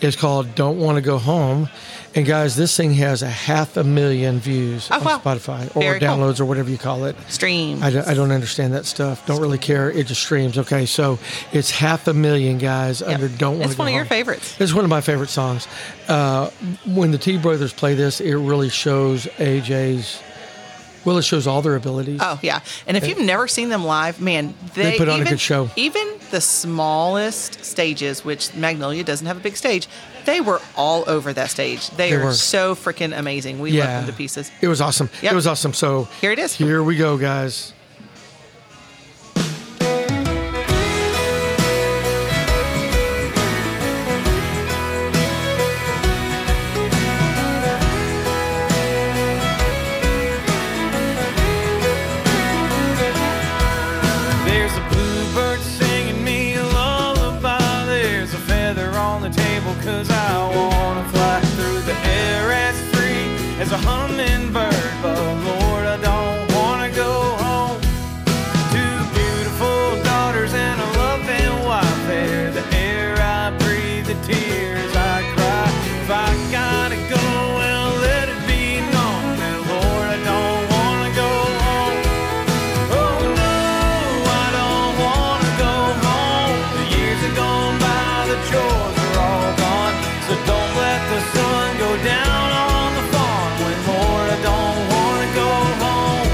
S2: It's called Don't Want to Go Home. And, guys, this thing has a half a million views
S1: Oh,
S2: on
S1: wow.
S2: Spotify or
S1: Very cool.
S2: downloads or whatever you call it.
S1: Stream.
S2: I don't, I don't understand that stuff. Don't really care. It just streams. Okay, so it's half a million guys under Don't Want
S1: It's
S2: to Go
S1: one of your
S2: Home.
S1: favorites.
S2: It's one of my favorite songs. Uh, when the T Brothers play this, it really shows AJ's. Well, it shows all their abilities.
S1: Oh yeah, and if you've never seen them live, man, they,
S2: put on a
S1: even,
S2: good show.
S1: Even the smallest stages, which Magnolia doesn't have a big stage, they were all over that stage. They,
S2: They
S1: are
S2: were.
S1: so freaking amazing. We love them to pieces.
S2: It was awesome.
S1: Yep.
S2: It was awesome. So
S1: Here it is.
S2: Here we go, guys.
S6: There's a bluebird singing me a lullaby. There's a feather on the table, cause I wanna fly through the air as free as a hummingbird. But Lord, I don't wanna go home. Two beautiful daughters and a loving wife. They're the air I breathe, the tears I cry. If I gotta go, well, let it be known that, Lord, I don't wanna go home. Oh no, I don't wanna go home. The years are gone by, the chores are all gone. So don't let the sun go down on the farm when Lord, I don't wanna go home.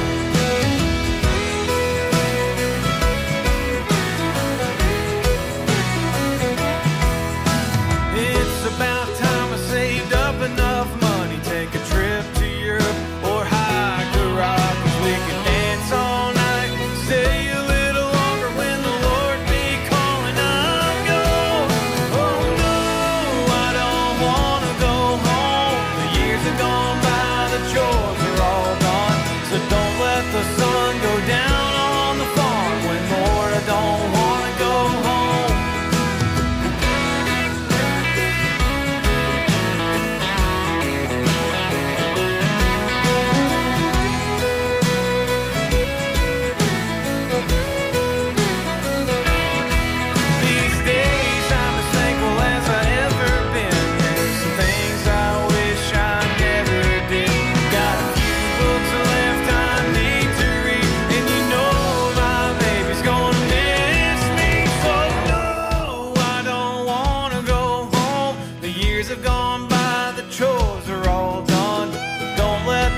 S6: It's about time I saved up enough money. Take a trip to Europe or hike a rock. We can dance all night. Stay a little longer when the Lord be calling. I'm going. Oh no, I don't wanna go home. The years are gone by, the chores are all gone. So don't let the sun go down on the farm when Lord, I don't wanna go home. These days I'm as thankful as I ever been. There's some things I wish I never did. Got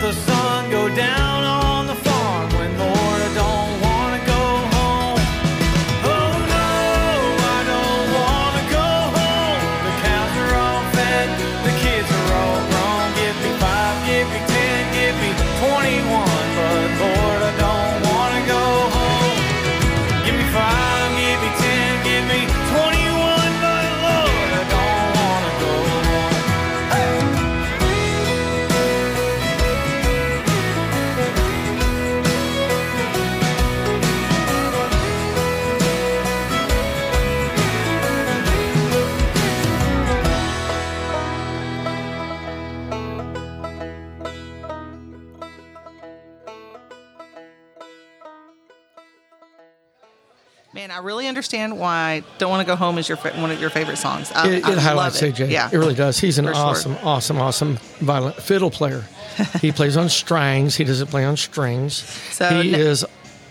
S6: the sun go down on the farm when Lord I don't wanna go home. Oh no, I don't wanna go home. The cows are all fed, the kids are all grown. Give me five, give me ten, give me twenty-one, but Lord I don't wanna go home. Give me five, give me ten, give me twenty-one, but Lord I don't wanna go home.
S1: Man, I really understand why "Don't Want to Go Home" is your fa- one of your favorite songs. I,
S2: It,
S1: I
S2: it highlights
S1: love it.
S2: AJ.
S1: Yeah,
S2: It really does. He's an
S1: For sure.
S2: awesome, awesome, awesome violin fiddle player. he plays on strings. He doesn't play on strings.
S1: So
S2: he
S1: ne-
S2: is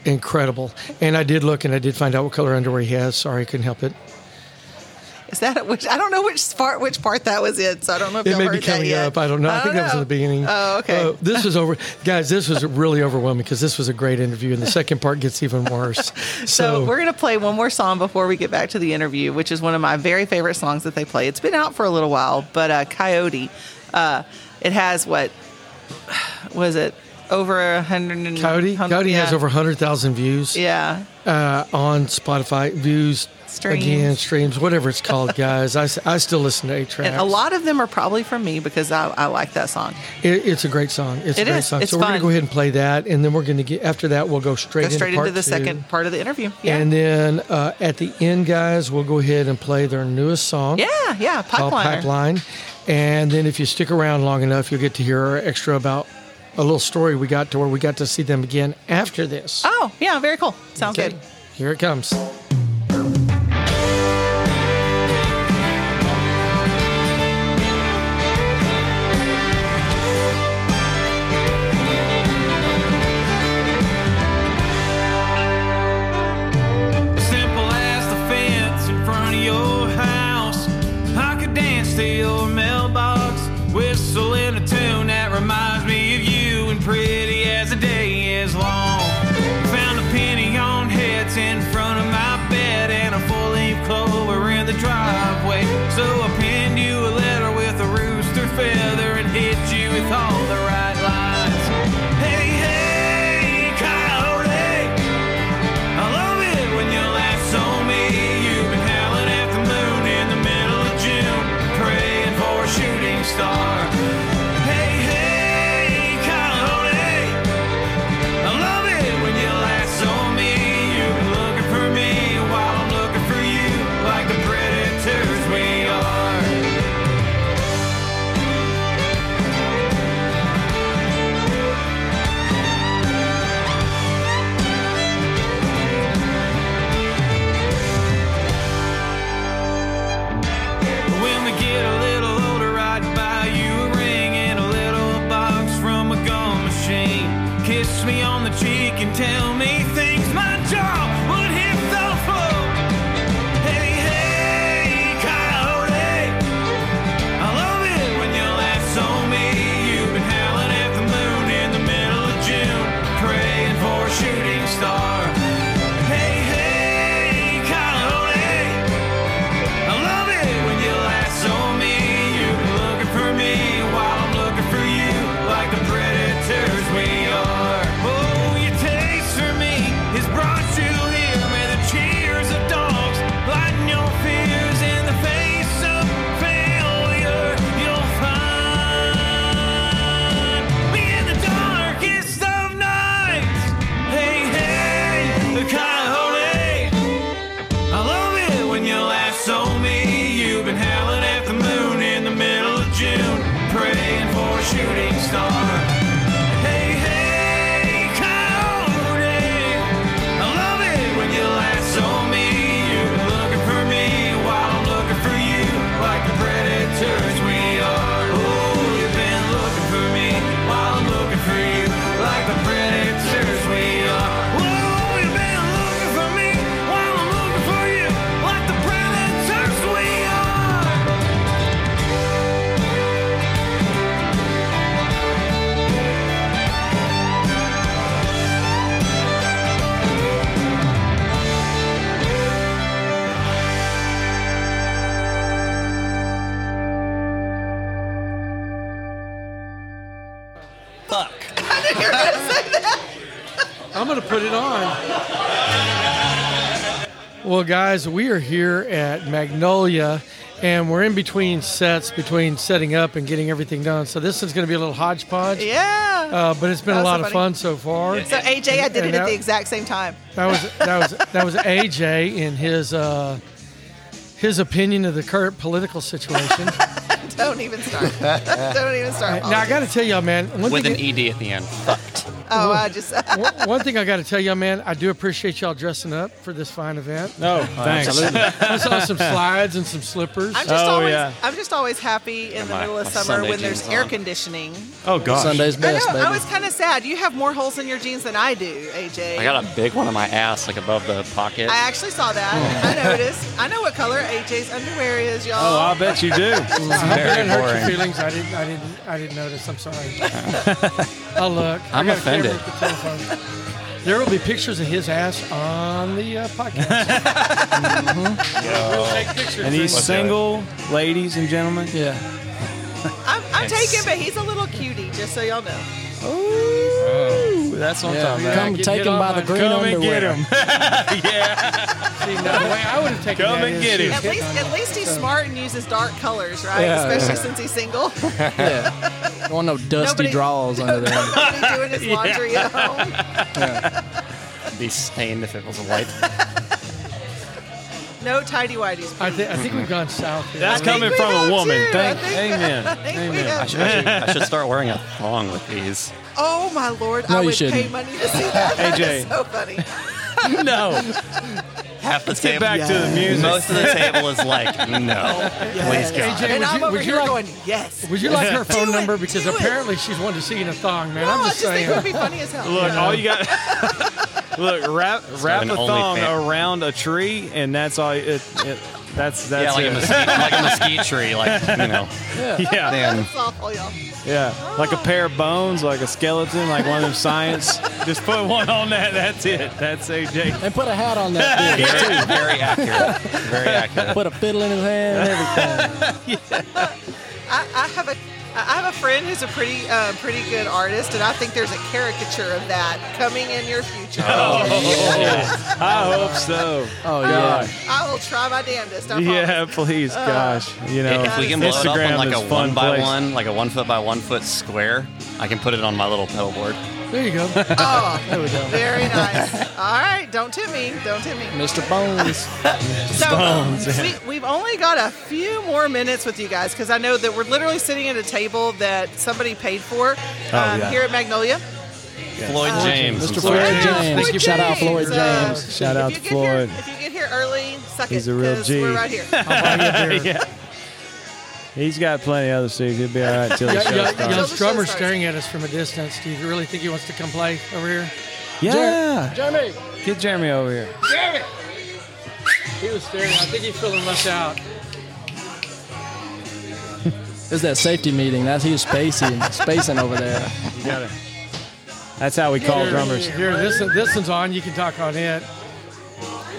S2: incredible. And I did look and I did find out what color underwear he has. Sorry, I couldn't help it.
S1: Is that which I don't know which part which part that was in, so I don't know if
S2: It
S1: y'all
S2: may
S1: heard
S2: be
S1: that
S2: coming
S1: yet.
S2: up. I don't know. I, think that was in
S1: know.
S2: the beginning.
S1: Oh, okay.
S2: Uh, this was over, guys. This was really overwhelming because this was a great interview, and the second part gets even worse. So,
S1: So we're gonna play one more song before we get back to the interview, which is one of my very favorite songs that they play. It's been out for a little while, but uh, Coyote, uh, it has what was it over a hundred? and-
S2: Coyote.
S1: hundred-
S2: Coyote has
S1: yeah.
S2: over hundred thousand views.
S1: Yeah,
S2: uh, on Spotify views
S1: Streams.
S2: again streams whatever it's called guys I, s- I still listen to A
S1: and
S2: Track
S1: a lot of them are probably from me because I, I like that song.
S2: it, it's a great song it's
S1: It
S2: a great
S1: is.
S2: song
S1: It's
S2: so we're
S1: fun.
S2: gonna go ahead and play that and then we're gonna get after that we'll go straight
S1: Go straight
S2: into,
S1: into
S2: part
S1: the
S2: two.
S1: second part of the interview. Yeah,
S2: and then uh, at the end guys we'll go ahead and play their newest song
S1: yeah, yeah.
S2: called
S1: Pipeliner.
S2: Pipeline and then if you stick around long enough you'll get to hear our extra about a little story we got to where we got to see them again after this
S1: Oh, yeah, very cool. Sounds good.
S2: here it comes
S6: Simple as the fence in front of your house. I could dance to your mailbox, whistle in a tune that reminds me of you, and pretty as the day is long. Found a penny on heads in front of my bed, and a full leaf clover in the driveway. So I pinned you a letter with a rooster feather and hit you with all the right lines. Hey, hey, coyote. I love it when your laughs on me. You've been howling at the moon in the middle of June, praying for a shooting star. Hey, hey, coyote. I love it when your laughs on me. You've been looking for me while I'm looking for you, like the predators we are. When we get a little older, I'd buy you a ring and a little box from a gum machine. Kiss me on the cheek and tell me things my jaw would hit the floor. Hey, hey, coyote. I love it when your laughs on me. You've been howling at the moon in the middle of June, praying for a shooting star. Hey, hey, coyote. I love it when you laugh on me. You've been looking for me while I'm looking for you, like the predators we are. Oh, you taste for me
S5: fuck.
S2: I'm going to put it on. Well, guys, we are here at Magnolia and we're in between sets, between setting up and getting everything done. So this is going to be a little hodgepodge,
S1: Yeah.
S2: uh, but it's been
S1: That
S2: a
S1: was
S2: lot
S1: so
S2: of
S1: funny.
S2: fun so far.
S1: so AJ, I did
S2: and
S1: it at
S2: that-
S1: the exact same time.
S2: That was that was that was AJ in his uh, his opinion of the current political situation.
S1: Don't even start. Don't even start.
S2: now I got to tell y'all, man. One
S5: With an E.
S2: thing,
S5: ED at the end. Fucked.
S1: oh, I just.
S2: one- one thing I got to tell y'all, man. I do appreciate y'all dressing up for this fine event.
S5: Oh,
S3: No, thanks.
S2: I saw some slides and some slippers.
S1: I'm just
S3: Oh,
S1: always
S3: yeah.
S1: I'm just always happy in the
S5: my-
S1: middle of
S5: my
S1: summer
S5: Sunday
S1: when there's
S5: jeans
S1: air
S5: on.
S1: conditioning.
S3: Oh gosh.
S4: Sunday's best,
S1: I know.
S4: baby.
S1: I was kind of sad. You have more holes in your jeans than I do, AJ.
S5: I got a big one on my ass, like above the pocket.
S1: I actually saw that. I noticed. I know what color AJ's underwear is, y'all.
S3: Oh, I bet you do.
S2: I hope it
S5: very
S2: didn't hurt your
S5: boring.
S2: feelings. I didn't. I didn't. I didn't notice. I'm sorry. I'll look. I
S5: I'm
S2: got a camera
S5: offended.
S2: at the telephone. There will be pictures of his ass on the uh, podcast. Mm-hmm. We'll take pictures.
S3: And he's single, ladies and gentlemen.
S4: Yeah.
S1: I'm, I'm taken, but he's a little cutie, just so y'all know.
S3: Ooh, that's what
S4: Yeah. Come
S2: Get
S4: take
S2: hit
S4: him
S2: on
S4: by
S2: my-
S4: the green
S3: Come and
S4: underwear.
S3: get him.
S2: See, no, the way I would have taken
S3: Come
S2: that
S3: and
S2: is
S3: get
S2: she
S3: him.
S2: was
S1: At
S2: hitting
S1: least,
S2: on
S1: at least he's smart and uses dark colors, right?
S4: Yeah,
S1: Especially since he's single.
S4: Yeah. Don't want no dusty
S1: Nobody-
S4: draws under there.
S1: Nobody doing his laundry at home.
S5: be stained if it was a light.
S1: No tidy whities.
S2: I, thi- I think we've gone south. Here.
S3: That's
S1: I think
S3: coming
S1: we
S3: from
S1: have
S3: a woman.
S1: too. I
S3: Thank,
S1: think-
S3: amen.
S1: I think we have-
S5: I should, I, should, I should start wearing a thong with these.
S1: Oh my lord!
S4: No,
S1: I
S4: you
S1: would pay
S4: shouldn't.
S1: money to see that. That
S3: AJ.
S1: is so funny.
S3: no.
S5: Half the
S3: Get
S5: table.
S3: back to the music.
S5: Most of the table is like, no, please God.
S2: AJ,
S1: And
S2: would
S1: I'm
S2: you,
S1: over
S2: would you
S1: here
S2: like,
S1: going, yes.
S2: would you like her phone
S1: Do it,
S2: number? Because
S1: do it.
S2: apparently she's wanted to see you in a thong, man.
S1: No,
S2: I'm
S1: I
S2: just
S1: just think
S2: saying.
S1: it would be funny as hell.
S3: Look,
S1: Yeah.
S3: all you got. look, wrap wrap
S5: an
S3: a thong
S5: OnlyFans.
S3: around a tree, and that's all. It, it that's
S5: Yeah,
S3: that's
S5: like a,
S3: it.
S5: mesquite, like a mesquite tree, like you know.
S3: yeah,
S5: Then
S1: That's awful, y'all.
S3: yeah, like a pair of bones, like a skeleton, like one of them science. Just put one on that. That's it. That's AJ.
S4: And put a hat on that dude.
S5: very, very accurate, very accurate.
S4: Put a fiddle in his hand and everything.
S1: I, I have a I have a friend who's a pretty uh, pretty good artist, and I think there's a caricature of that coming in your future.
S2: Oh.
S3: I hope so.
S4: Oh, yeah.
S1: I will try my damnedest. I
S3: Yeah,
S1: promise.
S3: please, gosh, you know,
S5: if we can blow it up
S3: Instagram
S5: on like
S3: is
S5: a
S3: fun
S5: one by
S3: place.
S5: one, like a one foot by one foot square, I can put it on my little pedal board.
S2: There you go.
S1: Oh,
S4: There we go.
S1: very nice. All right, don't tip me. Don't tip me.
S4: Mr. Bones.
S1: So um, we, we've only got a few more minutes with you guys because I know that we're literally sitting at a table that somebody paid for um,
S2: Oh,
S3: yeah.
S1: here at Magnolia.
S5: Oh, Floyd James, I'm
S4: Mr.
S5: sorry.
S1: James.
S4: Floyd James.
S1: Floyd
S4: Shout out Floyd
S1: James, uh,
S4: James.
S3: Shout out
S1: if
S3: to
S1: you get here-
S3: Floyd.
S1: if you get here early, suck
S3: He's
S1: it
S3: a real
S1: 'cause
S3: G.
S1: we're right here.
S3: He's got plenty of other stuff. He'll be all right till the
S2: Young,
S3: show
S2: young,
S3: starts.
S1: Till
S2: young
S1: the show
S2: drummer
S1: starts.
S2: staring at us from a distance. Do you really think he wants to come play over here?
S3: Yeah,
S4: Jeremy.
S3: get Jeremy over here.
S2: He was staring. I think he's feeling left out.
S4: It's that safety meeting. That's he's spacing, spacing over there.
S3: That's how we call drummers.
S2: Here, this this one's on. You can talk on it.
S1: So Oh,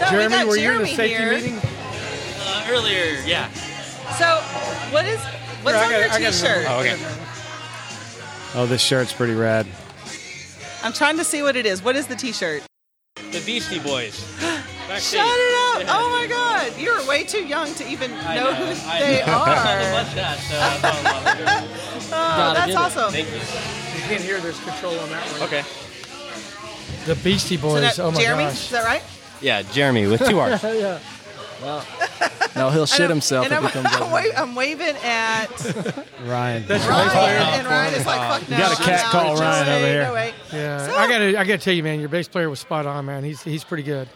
S1: we
S2: Jeremy,
S1: got
S2: were you in
S1: Jeremy
S2: a safety
S1: here.
S2: meeting?
S5: earlier, yeah.
S1: So what is what's
S2: Here, I
S1: on
S2: got- I got
S1: your
S2: it.
S1: T-shirt?
S5: Oh, okay.
S3: Oh, this shirt's pretty rad.
S1: I'm trying to see what it is. What is the T-shirt?
S7: The Beastie Boys.
S1: Shut it up! Oh my God, you're way too young to even know,
S7: know,
S1: who
S7: I
S1: they
S7: know.
S1: are. oh,
S4: Gotta
S1: that's
S4: get it.
S1: awesome.
S2: You can hear there's control on that one.
S7: Okay.
S2: The Beastie
S1: So
S2: Boys.
S1: that-
S2: oh my
S1: Jeremy,
S2: gosh.
S1: is that right?
S5: Yeah, Jeremy with two R's.
S4: No, he'll shit
S1: And I'm-
S4: himself
S1: and
S4: if
S1: I'm,
S4: he comes
S1: I'm,
S4: over.
S1: wa- I'm waving at Ryan,
S3: Ryan.
S1: and Ryan is like, "Fuck no."
S3: got a
S1: I'm
S3: cat
S1: out.
S3: call
S1: No
S3: Ryan
S1: way,
S3: over here.
S1: no way.
S2: Yeah,
S1: So-
S2: I gotta, I gotta tell you, man, your bass player was spot on, man. He's he's pretty good.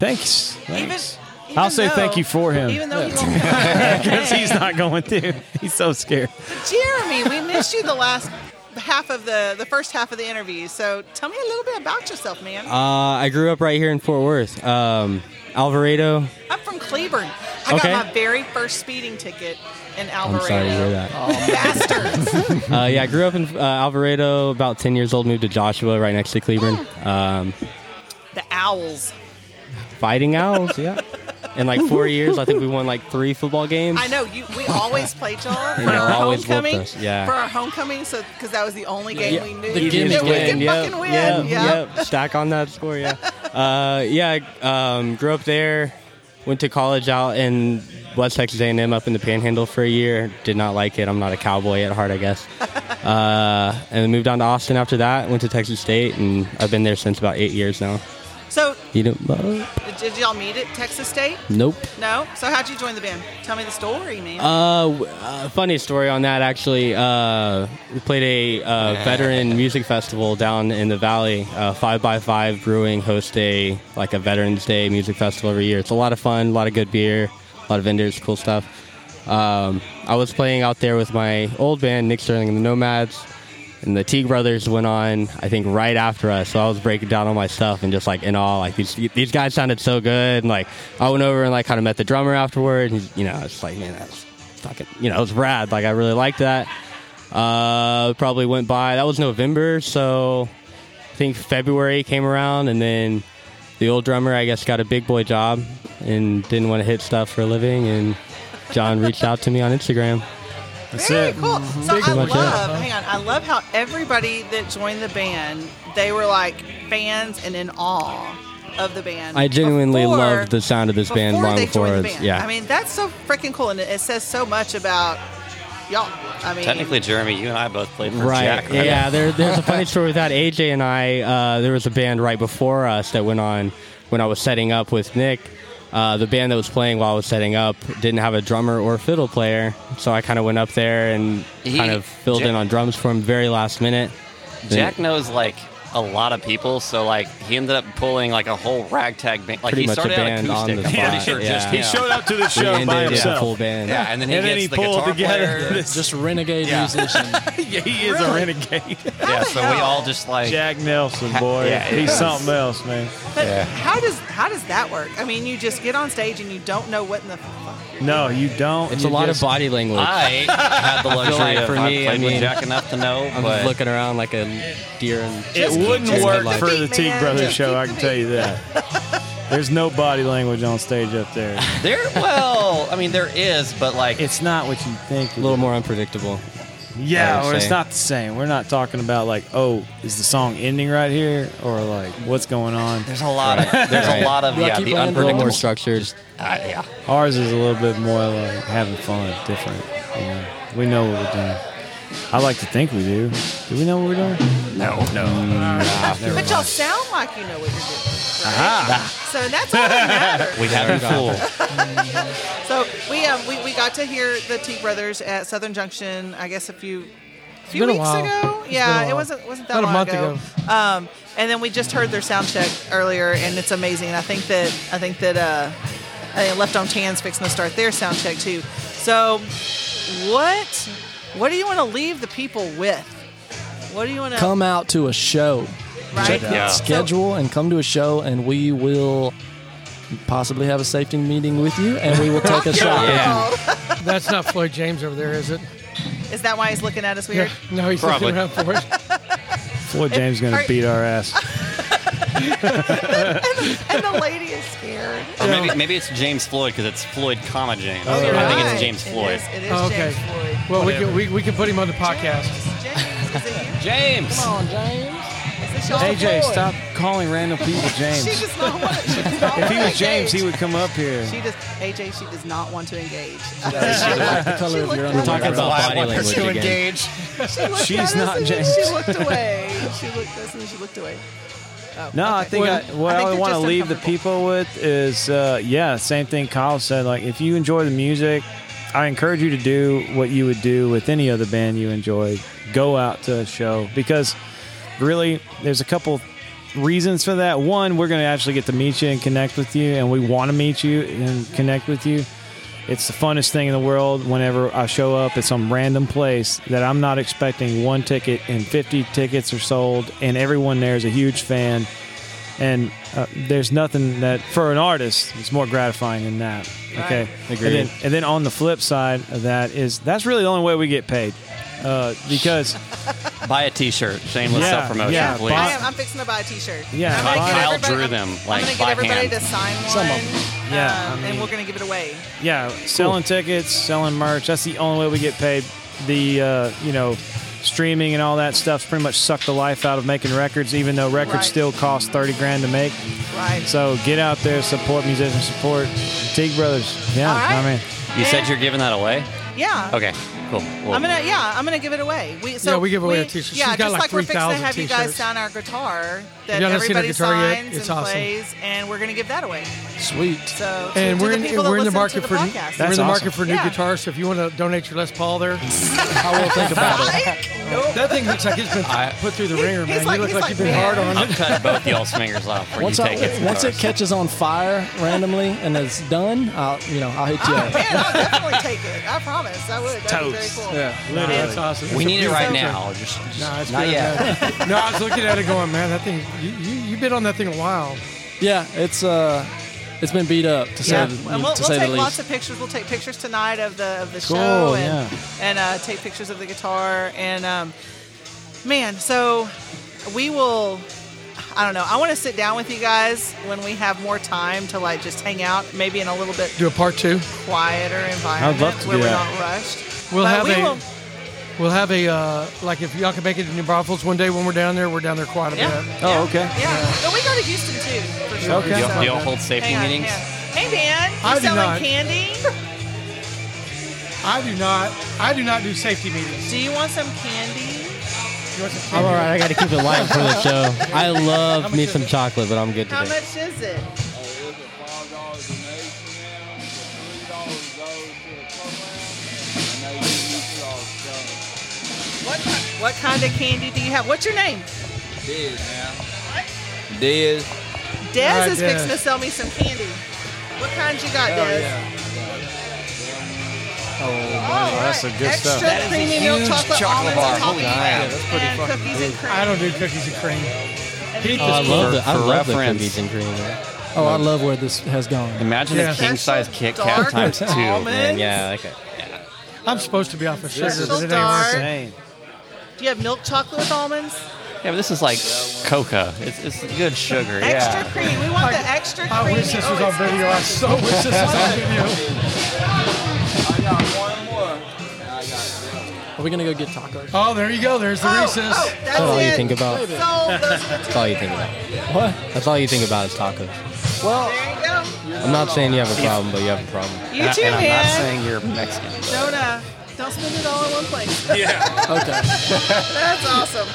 S3: Thanks.
S1: Even,
S3: Thanks.
S1: even
S3: I'll say
S1: though-
S3: thank you for him.
S1: Even though he won't come.
S3: Because he's not going to. He's so scared.
S1: Jeremy, we missed you the last half of the the first half of the interview. So tell me a little bit about yourself, man.
S7: Uh, I grew up right here in Fort Worth. Um, Alvarado.
S1: I'm from Cleburne. I
S7: okay.
S1: got my very first speeding ticket in
S7: I'm
S1: Alvarado.
S7: sorry to hear that.
S1: Bastards.
S7: Uh, yeah, I grew up in uh, Alvarado. About 10 years old, moved to Joshua, right next to Cleburne. Um,
S1: the owls.
S7: fighting owls, yeah. In like four years, I think we won like three football games.
S1: I know you. We always played y'all for
S7: Yeah,
S1: our
S7: always whooped
S1: homecoming.
S7: us, yeah.
S1: for our homecoming, so because that was the only game
S7: Yeah,
S1: we knew
S4: the game
S1: that
S4: we
S1: we could
S7: Yep,
S1: fucking win.
S7: yep,
S1: yeah.
S7: yep. Stack on that score. Yeah. Uh, yeah. Um, grew up there. Went to college out in West Texas A&M up in the Panhandle for a year. Did not like it. I'm not a cowboy at heart, I guess. Uh, and then moved on to Austin after that. Went to Texas State, and I've been there since about eight years now.
S1: So
S7: You don't. uh,
S1: did- did y'all meet at Texas State?
S7: nope.
S1: No. So how'd you join the band? Tell me the story, man.
S7: Uh, w- uh, funny story on that actually. Uh, we played a uh, veteran music festival down in the valley. Uh, Five by Five Brewing hosts a like a Veterans Day music festival every year. It's a lot of fun, a lot of good beer, a lot of vendors, cool stuff. Um, I was playing out there with my old band, Nick Sterling and the Nomads, and the Teague Brothers went on. I think right after us, so I was breaking down all my stuff and just like in awe. Like these these guys sounded so good, and like I went over and like kind of met the drummer afterward, and you know, it's like man, that's fucking, you know, it was rad. Like I really liked that. Uh, probably went by. That was November, so I think February came around, and then the old drummer, I guess, got a big boy job and didn't want to hit stuff for a living. And John reached out to me on Instagram.
S3: That's
S1: Very
S3: it.
S1: cool. So I
S7: Pretty
S1: love,
S7: much it.
S1: hang on, I love how everybody that joined the band, they were like fans and in awe of the band.
S7: I genuinely
S1: before-
S7: loved the sound of this band
S1: before
S7: long
S1: they
S7: before.
S1: joined the
S7: it's-
S1: band.
S7: Yeah,
S1: I mean, that's so freaking cool, and it, it says so much about y'all. I mean,
S5: Technically, Jeremy, you and I both played for
S7: right.
S5: Jack. right?
S7: Yeah, there, there's a funny story with that. AJ and I, uh, there was a band right before us that went on when I was setting up with Nick. Uh, the band that was playing while I was setting up didn't have a drummer or fiddle player, so I kind of went up there and
S5: He-
S7: kind of filled
S5: Jack-
S7: in on drums for him very last minute.
S5: Jack knows like a lot of people, so like he ended up pulling like a whole ragtag band. Like
S7: Pretty
S5: he
S7: much a
S5: started
S7: band
S5: out
S7: on
S5: acoustic.
S7: the
S5: I'm pretty
S7: spot,
S5: sure just
S7: yeah.
S5: he
S3: He showed up to the
S7: We
S3: show
S7: ended
S3: by
S7: yeah,
S3: himself.
S7: full band.
S5: Yeah, and then he
S3: And then
S5: gets
S3: he
S5: the
S3: pulled
S5: guitar
S3: together
S5: player.
S3: this-
S4: Just renegade
S5: Yeah.
S4: musician.
S3: Yeah, he is a renegade.
S5: yeah,
S1: the
S5: so we
S1: hell?
S5: all just like
S3: Jack Nelson, boy.
S5: yeah,
S3: He's
S5: yeah.
S3: something else, man.
S1: but how does how does that work? I mean, you just get on stage and you don't know what in the fuck.
S3: No, you don't.
S7: It's
S3: You
S7: a lot
S3: just-
S7: of body language.
S5: I had the luxury
S7: like
S5: of
S7: for
S5: not
S7: me, I
S5: playing with
S7: mean,
S5: Jack enough to know,
S7: I'm
S5: but
S7: just looking around like a deer in
S3: It
S1: Just keep-
S3: wouldn't
S1: just
S3: work
S1: keep
S3: for
S1: the
S3: the
S1: beat,
S3: Teague
S1: man.
S3: Brothers
S1: Just
S3: show.
S1: keep
S3: I
S1: the
S3: can tell you that. There's no body language on stage up there.
S5: there. Well, I mean, there is, but like
S3: It's not what you think. it
S7: a little more unpredictable. I
S3: Yeah,
S7: would
S3: or it's
S7: say.
S3: not the same. We're not talking about like, oh, is the song ending right here, or like what's going on.
S5: there's a lot of there's
S7: Right.
S5: a lot of
S4: Do I
S5: yeah
S4: keep
S5: the
S4: on
S7: A little
S5: unpredictable.
S7: more structured.
S5: Ah, yeah.
S3: Ours is a little bit more like having fun, different. You know? We know what we're doing. I like to think we do. Do we know what we're doing?
S1: But y'all sound like you know what you're doing. Right? So that's all that matters.
S5: We have a fool.
S1: So we um we, we got to hear the T Brothers at Southern Junction, I guess a few few
S2: been a
S1: weeks
S2: while.
S1: ago.
S2: It's been
S1: yeah,
S2: a
S1: it
S2: while.
S1: wasn't wasn't that
S2: About a
S1: long
S2: month
S1: Um, and then we just heard their sound check earlier, and it's amazing. And I think that I think that uh, I think Left on Tan's fixing to start their sound check too. So what what do you want to leave the people with? What do you want to
S4: Come out to a show.
S1: right?
S5: Yeah.
S1: So-
S4: schedule and come to a show, and we will possibly have a safety meeting with you, and we will take a shot.
S5: Yeah.
S2: That's not Floyd James over there, is it?
S1: Is that why he's looking at us
S2: Yeah.
S1: weird?
S2: No, he's
S5: Probably.
S2: looking around for it.
S3: Floyd James gonna
S1: Alright.
S3: beat our ass.
S1: and the lady is scared.
S5: Or maybe maybe it's James Floyd because it's Floyd comma James.
S1: Oh,
S5: so
S1: you're
S5: I think
S1: right.
S5: it's James Floyd.
S1: It is, it is
S2: Oh, okay.
S1: James Floyd.
S2: Well, we can, we, we can put him on the podcast.
S1: James, is it you?
S5: James.
S4: Come on, James.
S1: Is this y'all?
S3: AJ, stop calling random people James.
S1: Oh, She does not want. She does not
S3: if
S1: want
S3: he
S1: to
S3: was James,
S1: engage.
S3: he would come up here.
S1: She does. AJ, she does not want to engage.
S4: The color of your
S1: looked
S4: underwear.
S1: at
S7: Talking
S1: us-
S7: about body language again.
S1: she looked
S3: She's
S1: at us
S3: not
S1: and then
S3: James.
S1: She looked away. She looked at us and then she looked away. Oh,
S3: No, I
S1: okay.
S3: think
S2: Well,
S3: I, what
S1: I
S3: I,
S1: think they're
S3: want to
S1: just
S3: leave the
S1: uncomfortable.
S3: people with is, uh, yeah, same thing Kyle said. Like, if you enjoy the music, I encourage you to do what you would do with any other band you enjoy. Go out to a show because really, there's a couple reasons for that. One, we're going to actually get to meet you and connect with you, and we want to meet you and connect with you. It's the funnest thing in the world whenever I show up at some random place that I'm not expecting one ticket and 50 tickets are sold, and everyone there is a huge fan. And uh, there's nothing that, for an artist, it's more gratifying than that. Okay.
S7: Agreed.
S3: And then, and then on the flip side of that is that's really the only way we get paid. Uh, because,
S5: Buy a T-shirt. Shameless
S3: Yeah,
S5: self-promotion,
S3: yeah,
S5: please.
S1: I am. I'm fixing to buy a T-shirt.
S3: Uh, Yeah.
S1: I'm gonna get
S5: Kyle
S1: everybody-
S5: drew
S1: I'm-
S5: them,
S1: I'm
S5: like,
S1: gonna get
S5: by
S1: everybody
S5: hand.
S1: to sign one.
S4: Some of them.
S3: Yeah,
S1: Um,
S3: I
S1: and
S3: mean-
S1: we're going to give it away.
S3: Yeah, selling tickets, selling merch. That's the only way we get paid. The uh, you know, streaming and all that stuff's pretty much sucked the life out of making records, even though records
S1: Right.
S3: still cost thirty grand to make.
S1: Right.
S3: So get out there, support musicians, support Teague Brothers. Yeah,
S1: All right.
S3: I mean,
S5: You
S1: Yeah.
S5: said you're giving that away?
S1: yeah.
S5: Okay, cool. Well,
S1: I'm gonna, yeah, I'm gonna give it away. We, so
S2: Yeah, we give away a t-shirt.
S1: Yeah,
S2: She's got
S1: just
S2: like
S1: we're fixing to
S2: 3,000
S1: have you guys
S2: t-shirts.
S1: sign our guitar that
S2: You haven't seen our
S1: everybody
S2: guitar yet?
S1: signs
S2: It's
S1: and
S2: awesome.
S1: plays, and we're gonna give that away.
S4: Sweet.
S1: So, to,
S2: And
S1: to
S2: we're
S1: the
S2: in,
S1: people that
S2: we're in the
S1: listen
S2: market
S1: to
S2: for
S1: the
S2: new-
S1: podcast.
S2: we're in
S3: That's
S2: the
S3: awesome.
S2: market for new
S1: Yeah.
S2: guitars. So if you want to donate your Les Paul there,
S4: I will think about it.
S1: Like, nope.
S2: that thing looks like it's been put through the ringer,
S1: he's
S2: man.
S1: like-
S2: you look
S1: he's
S2: like,
S1: like,
S2: you've been
S1: man.
S2: hard on
S5: I'm cutting both y'all's fingers off when
S4: Once,
S5: you
S4: I,
S5: take it.
S4: once it
S5: first.
S4: catches on fire randomly and it's done, I'll you know I'll hit you
S1: Oh,
S4: up.
S1: man, I'll definitely take it. I promise, I would. That'd be very
S3: Toast.
S1: cool.
S2: it. That's awesome.
S5: we need it right
S1: So-
S5: now. Just, just
S2: Nah, it's
S5: not
S2: good.
S5: yet.
S2: no, I was looking at it going, man, that thing, you, you, you've been on that thing a while.
S4: Yeah, it's uh, it's been beat up to
S1: Yeah,
S4: say the,
S1: and we'll,
S4: to
S1: we'll
S4: say
S1: take
S4: the
S1: lots of
S4: least.
S1: pictures. We'll take pictures tonight of the of the show and and uh, take pictures of the guitar and um, man. So we will. I don't know. I want to sit down with you guys when we have more time to like just hang out, maybe in a little bit
S2: Do a part two.
S1: quieter environment
S3: love to
S1: where
S3: do
S1: we're not
S3: that.
S1: rushed.
S2: We'll
S1: But
S2: have
S1: we
S2: a-
S1: will-
S2: We'll have a, uh, like if y'all can make it to New Braunfels one day when we're down there, we're down there quite a
S1: yeah.
S2: bit. Oh,
S1: yeah,
S3: okay.
S1: Yeah, but we go to Houston too. For sure.
S2: Okay.
S5: Do
S1: So-
S5: y'all, do y'all hold safety
S1: hang on,
S5: meetings?
S1: hang on. Hey Dan, you
S2: I do
S1: selling
S2: not.
S1: candy?
S2: I do not, I do not do safety meetings.
S1: Do you want some candy?
S2: You want some
S7: I'm all
S2: candy?
S7: right. I got to keep it light for the show. I love me some chocolate, but I'm good
S1: How
S7: today.
S1: much is it? What, ki- what kind of candy do you have? What's your name?
S8: Dez,
S1: Dez
S2: All right,
S1: is fixing
S2: Dez.
S1: to sell me some candy. What kinds you got, Dez? Oh, that's some good Extra stuff. Extra creamy milk chocolate, almonds and coffee and cookies and cream.
S2: I don't do cookies and cream.
S1: And
S2: Heat
S7: Oh, I
S2: this
S7: love
S5: For-
S7: the I
S5: for
S7: love the
S5: reference.
S7: cookies and cream.
S4: Oh, I love where this has gone.
S5: Imagine
S2: Yeah.
S5: a king size Kit
S1: Dark
S5: Kat times two.
S1: almonds.
S5: Man, yeah, okay.
S2: I'm supposed to be off of sugar,
S1: This is
S2: but it ain't
S1: dark.
S2: working.
S3: dang.
S1: Do you have milk chocolate with almonds?
S5: Yeah, but this is like coca. It's, it's good sugar.
S1: Extra
S5: yeah.
S1: cream. We want the extra cream. Oh,
S2: I wish this was on video. I so wish this was on video.
S4: Are we gonna go get tacos?
S2: Oh, there you go. There's the
S1: Oh,
S2: Reese's.
S1: oh, that's
S7: That's all
S1: it.
S7: you think about. That's
S1: So those are the two.
S7: all you think about.
S4: What?
S7: That's all you think about is tacos.
S4: Well,
S1: There you go.
S7: I'm not saying you have a problem, but you have a problem.
S1: You too,
S5: and I'm
S1: man.
S5: not saying you're Mexican. but-
S1: Don't, uh, don't spend it all in one place.
S4: okay.
S1: That's awesome.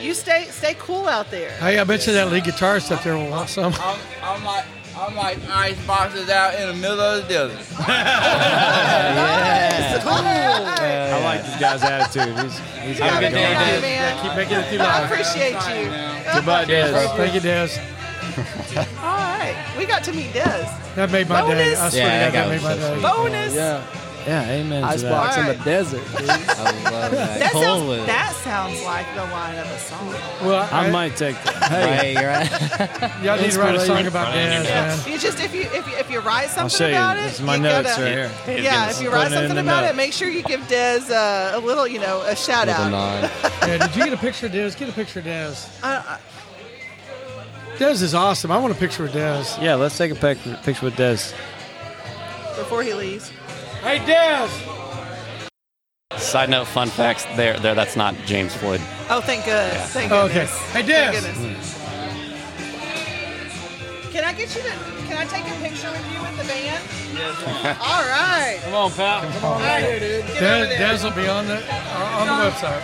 S1: You stay stay cool out there.
S2: Hey, I bet you that lead guitarist up there will want some.
S8: I'm, I'm like, I'm like ice boxes out in the middle of the desert.
S1: Nice. All right.
S3: I like this guy's attitude. He's,
S1: Have
S3: he's got
S1: a
S3: it
S1: good
S3: going.
S1: night, man.
S2: Keep making it through
S1: I
S2: life.
S1: appreciate you.
S3: Goodbye, Dez.
S2: Thank you, Des.
S1: All right. We got to meet Des.
S2: That made my day. I
S1: Bonus.
S2: swear
S7: Yeah,
S2: to God, that
S7: that
S2: made
S7: guy
S2: my
S7: was so
S2: day.
S7: sweet.
S1: Bonus.
S4: Yeah.
S3: Yeah, amen to that.
S4: Icebox in the
S1: Alright.
S4: desert. Dude.
S7: I love
S1: That
S7: that.
S1: sounds, that sounds like the line of a song.
S2: Well,
S3: I might take that.
S7: Hey, you're right.
S2: Y'all need to write a song about Des,
S1: Yeah.
S2: man.
S1: You just if you if you, if you write
S3: I'll
S1: something
S3: show you.
S1: about it,
S3: This is my
S1: you
S3: notes
S1: gotta-
S3: right here.
S1: Yeah, if you write
S3: Putting it in
S1: something
S3: the
S1: about it,
S3: note.
S1: make sure you give Dez uh, a little, you know, a shout
S7: With a
S1: out.
S7: nod.
S2: Yeah, did you get a picture of Des? Get a picture of Des.
S1: I-
S2: Des is awesome. I want a picture of Des.
S3: Yeah, let's take a pic- picture with Dez.
S1: before he leaves.
S2: Hey, Des!
S5: Side note, fun facts. There, there. That's not James Floyd.
S1: Oh, thank goodness. Thank
S2: Okay.
S1: goodness.
S2: Hey,
S1: Thank
S2: Des.
S1: goodness. Can I get you to? Can I take a picture with you in the van? All right.
S3: Come on, pal.
S1: All right, dude. Get over
S2: Des,
S1: there.
S2: Des will be on the, on the website.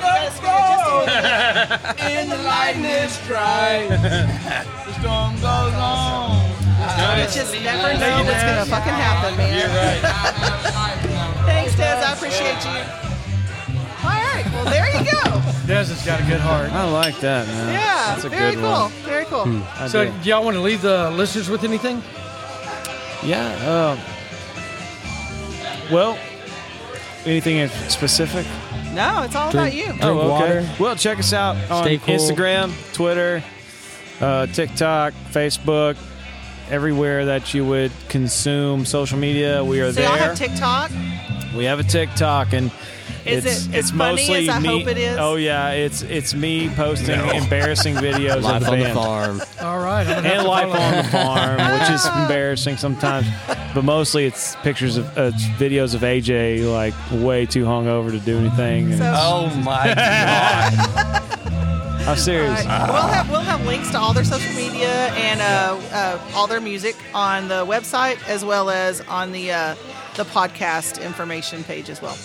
S1: Let's go. Just-
S8: In the lightning strike, the storm goes on.
S1: You just never know what's gonna fucking happen, man. Thanks, Des. I appreciate you. All right. Well, there you go.
S2: Des has got a good heart.
S3: I like that, man.
S1: Yeah.
S3: That's a
S1: very
S3: good
S1: cool.
S3: one. Hmm.
S1: Very cool.
S3: I
S2: So,
S3: do.
S2: do y'all want to leave the listeners with anything?
S3: Yeah. Um, well, anything in specific?
S1: No, it's all about you.
S7: Drink water.
S3: Oh, Well, check us out on
S7: Stay cool.
S3: Instagram, Twitter, uh, TikTok, Facebook, everywhere that you would consume social media. We are
S1: So y'all
S3: there.
S1: have TikTok.
S3: we have a TikTok, and
S1: Is
S3: it's,
S1: it as
S3: it's
S1: funny
S3: mostly
S1: as I
S3: me.
S1: hope it is?
S3: Oh yeah, it's it's me posting embarrassing videos
S7: Life
S3: of the
S7: on the
S3: band
S7: farm.
S2: All right. I'm gonna have
S3: and
S2: to
S3: life
S2: follow-
S3: on the farm, which is embarrassing sometimes. But mostly it's pictures of uh, videos of AJ like way too hungover to do anything. And
S1: So-
S5: Oh my god!
S3: I'm serious.
S1: All right. We'll have we'll have links to all their social media and uh, uh, all their music on the website as well as on the uh, the podcast information page as well.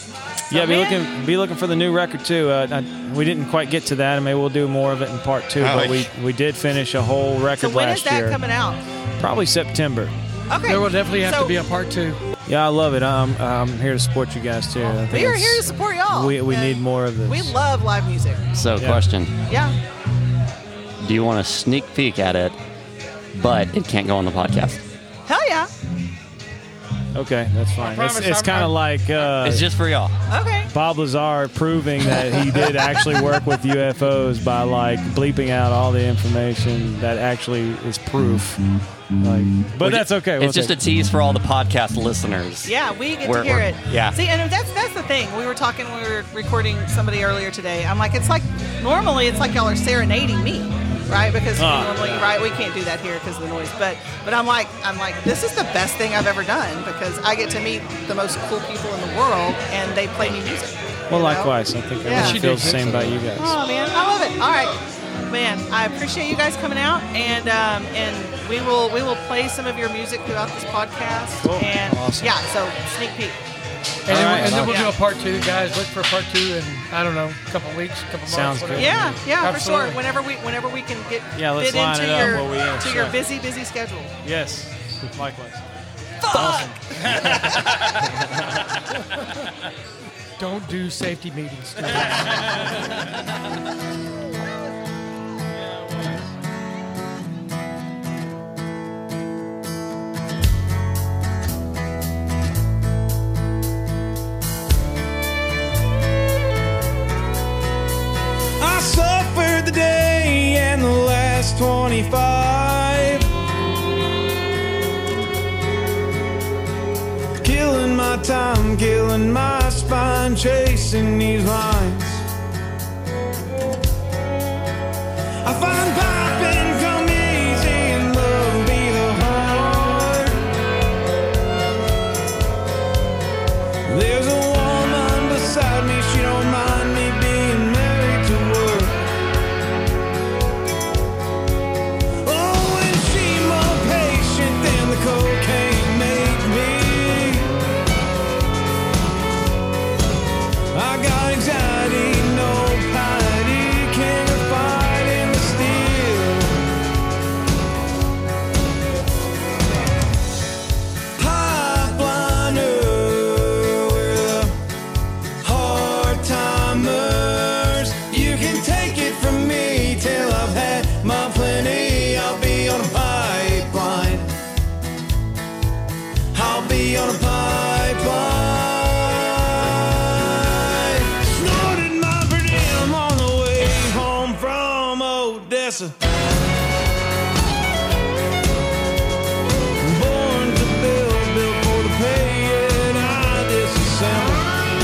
S3: yeah, be
S1: man.
S3: looking be looking for the new record too. Uh, I, we didn't quite get to that, and maybe we'll do more of it in part two.
S2: Oh,
S3: But we
S5: Ouch.
S3: we did finish a whole
S1: So
S3: record
S1: when
S3: last
S1: is that
S3: year,
S1: coming out?
S3: probably September.
S1: Okay,
S2: There will definitely have
S1: so
S2: to be a part two.
S3: Yeah, I love it. I'm I'm here to support you guys too. I think
S1: We are
S3: it's-
S1: here to support y'all.
S3: We, we
S1: And
S3: need more of this.
S1: We love live music.
S5: So,
S3: Yeah.
S5: question:
S1: Yeah.
S5: Do you want a sneak peek at it, but it can't go on the podcast?
S1: Hell yeah.
S3: okay, that's fine. It's,
S2: promise
S3: it's
S2: I'm-
S3: kind of like uh,
S5: It's just for y'all.
S1: Okay.
S3: Bob Lazar proving that he did actually work with UFOs by like bleeping out all the information that actually is proof. Like, but that's okay. We'll
S5: it's just a
S3: take-
S5: tease for all the podcast listeners.
S1: Yeah, we get
S5: We're-
S1: to hear
S5: we're-
S1: it.
S5: yeah.
S1: See, and that's that's the thing. We were talking when we were recording somebody earlier today. I'm like, it's like normally it's like y'all are serenading me, right? Because we
S3: Ah,
S1: normally,
S3: yeah.
S1: right, we can't do that here because of the noise. But but I'm like I'm like this is the best thing I've ever done because I get to meet the most cool people in the world and they play me music.
S3: well,
S1: you know?
S3: likewise, I think
S1: Yeah.
S3: everyone
S1: She
S3: feels the same about you guys.
S1: Oh man, I love it. All right, man, I appreciate you guys coming out, and um, and we will we will play some of your music throughout this podcast.
S3: Cool.
S1: And
S3: Oh, Awesome.
S1: yeah, so sneak peek.
S2: And, then,
S3: right.
S2: and then we'll
S1: Yeah.
S2: do a part two, guys. Look for part two in, I don't know, a couple weeks, couple months.
S3: Sounds
S2: whatever.
S3: good.
S1: Yeah, yeah, for
S2: Absolutely.
S1: sure. Whenever we whenever we can get
S3: Yeah, let's
S1: fit
S3: line
S1: into
S3: it up
S1: your
S3: while we
S1: to your
S3: inside.
S1: busy busy schedule.
S3: Yes, likewise.
S2: Don't do safety meetings. dude.
S6: I suffered the day and the last 25. Killing my time, killing my spine, chasing these lines. I find popping come easy and love be the heart. There's a woman beside me, she don't mind me being married to work. Oh, and she more patient than the cocaine made me. I got anxiety, no piety, can't fight in the steel. Pipeliner, we're the hard timers. You can take it from me till I've had my plenty. I'll be on a pipeline. I'll be on a pipeline. Snorted my Vernum on the way home from Odessa. Born to build, built for the pay, and I disassemble.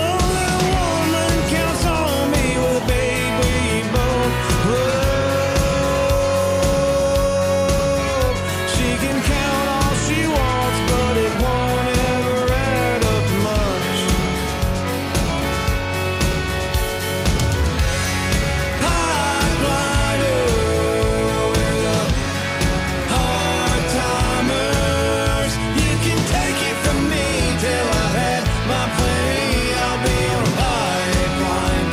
S6: Oh, that woman counts on me with a baby bone. Love. She can count all she wants, but it won't ever add up much. Pipeliner, hard timers. You can take it from me till I've had my plenty. I'll be on a pipeline.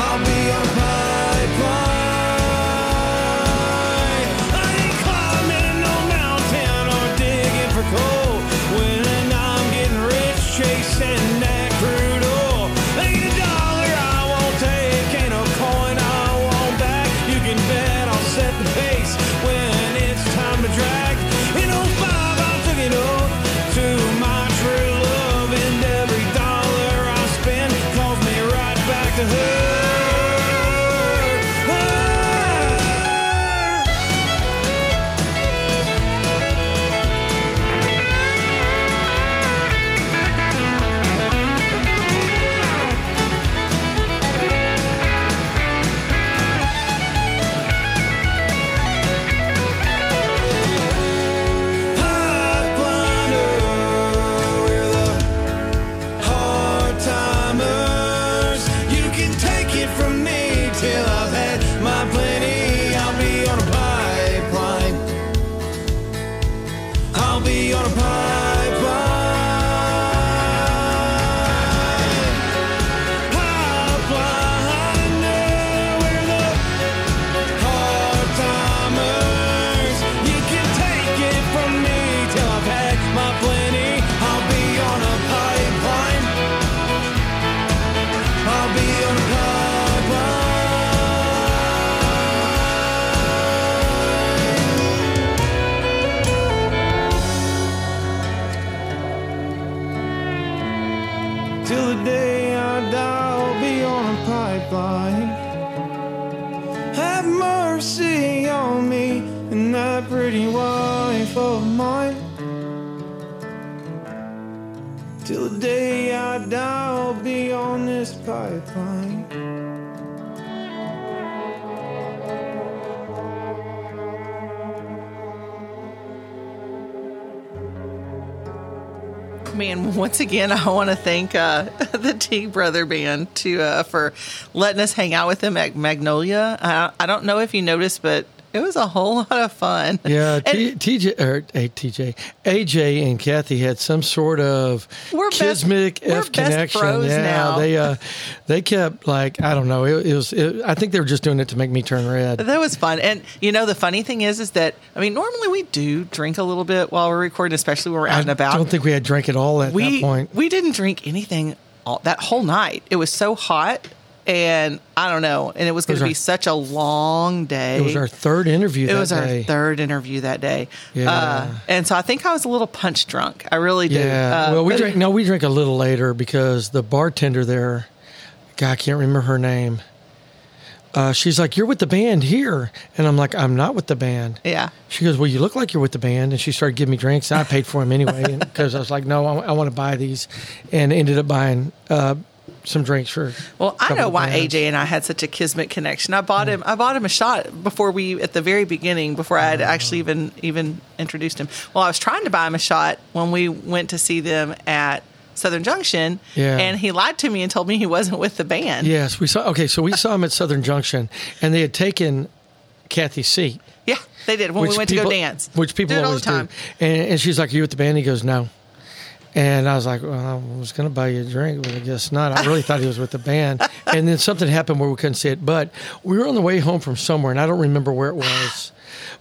S6: I'll be on a pipeline. I ain't climbing no mountain or digging for coal. When I'm getting rich chasing that crude oil. Ain't a dollar I won't take, ain't no coin I won't back. You can bet I'll set the pace when it's time to drag. In 05, I took it up to my true love, and every dollar I spend calls me right back to her. her.
S9: I die, I'll be on a pipeline. Have mercy on me and that pretty wife of mine. Till the day I die, I'll be on this pipeline.
S1: Man, once again, I want to thank uh, the T Brother Band to uh, for letting us hang out with them at Magnolia. I, I don't know if you noticed, but it was a whole lot of fun.
S2: Yeah, T-
S1: And-
S2: TJ or hey, TJ, AJ and Kathy had some sort of
S1: We're best-
S2: kismic
S1: we're best
S2: F connection.
S1: bros
S2: yeah,
S1: now.
S2: they uh, they kept like I don't know. It, it was. It, I think they were just doing it to make me turn red.
S1: That was fun. And you know, the funny thing is, is that I mean, normally we do drink a little bit while we're recording, especially when we're out
S2: I
S1: and about.
S2: don't think we had drank at all at
S1: we
S2: that point.
S1: we didn't drink anything all, that whole night. It was so hot, and I don't know, and it was going
S2: was
S1: to
S2: our-
S1: be such a long day.
S2: It was our third interview.
S1: It
S2: that
S1: was our
S2: day.
S1: third interview that day. Uh,
S2: Yeah.
S1: and so I think I was a little punch drunk. I really did.
S2: Yeah.
S1: Uh,
S2: well, we
S1: but-
S2: drank. No, we drank a little later because the bartender there, God, I can't remember her name. Uh, she's like, "You're with the band here," and I'm like, "I'm not with the band."
S1: Yeah.
S2: She goes, "Well, you look like you're with the band," and she started giving me drinks. And I paid for them anyway because I was like, "No, I, want to buy these," and ended up buying uh, some drinks for.
S1: Well, I
S2: couple
S1: know why
S2: bands.
S1: AJ and I had such a kismet connection. I bought him. I bought him a shot before we at the very beginning, before I had
S2: Mm.
S1: actually even even introduced him. Well, I was trying to buy him a shot when we went to see them at Southern Junction,
S2: Yeah.
S1: and he lied to me and told me he wasn't with the band.
S2: Yes, we saw. Okay, so we saw him at Southern Junction, and they had taken Kathy's seat.
S1: Yeah, they did when we
S2: Which
S1: went to
S2: people-
S1: go dance.
S2: Which people
S1: do it all
S2: always
S1: the time.
S2: do. And, and she's like, "You with the band?" He goes, "No." And I was like, "Well, I was going to buy you a drink, but I guess not." I really thought he was with the band. And then something happened where we couldn't see it. But we were on the way home from somewhere, and I don't remember where it was.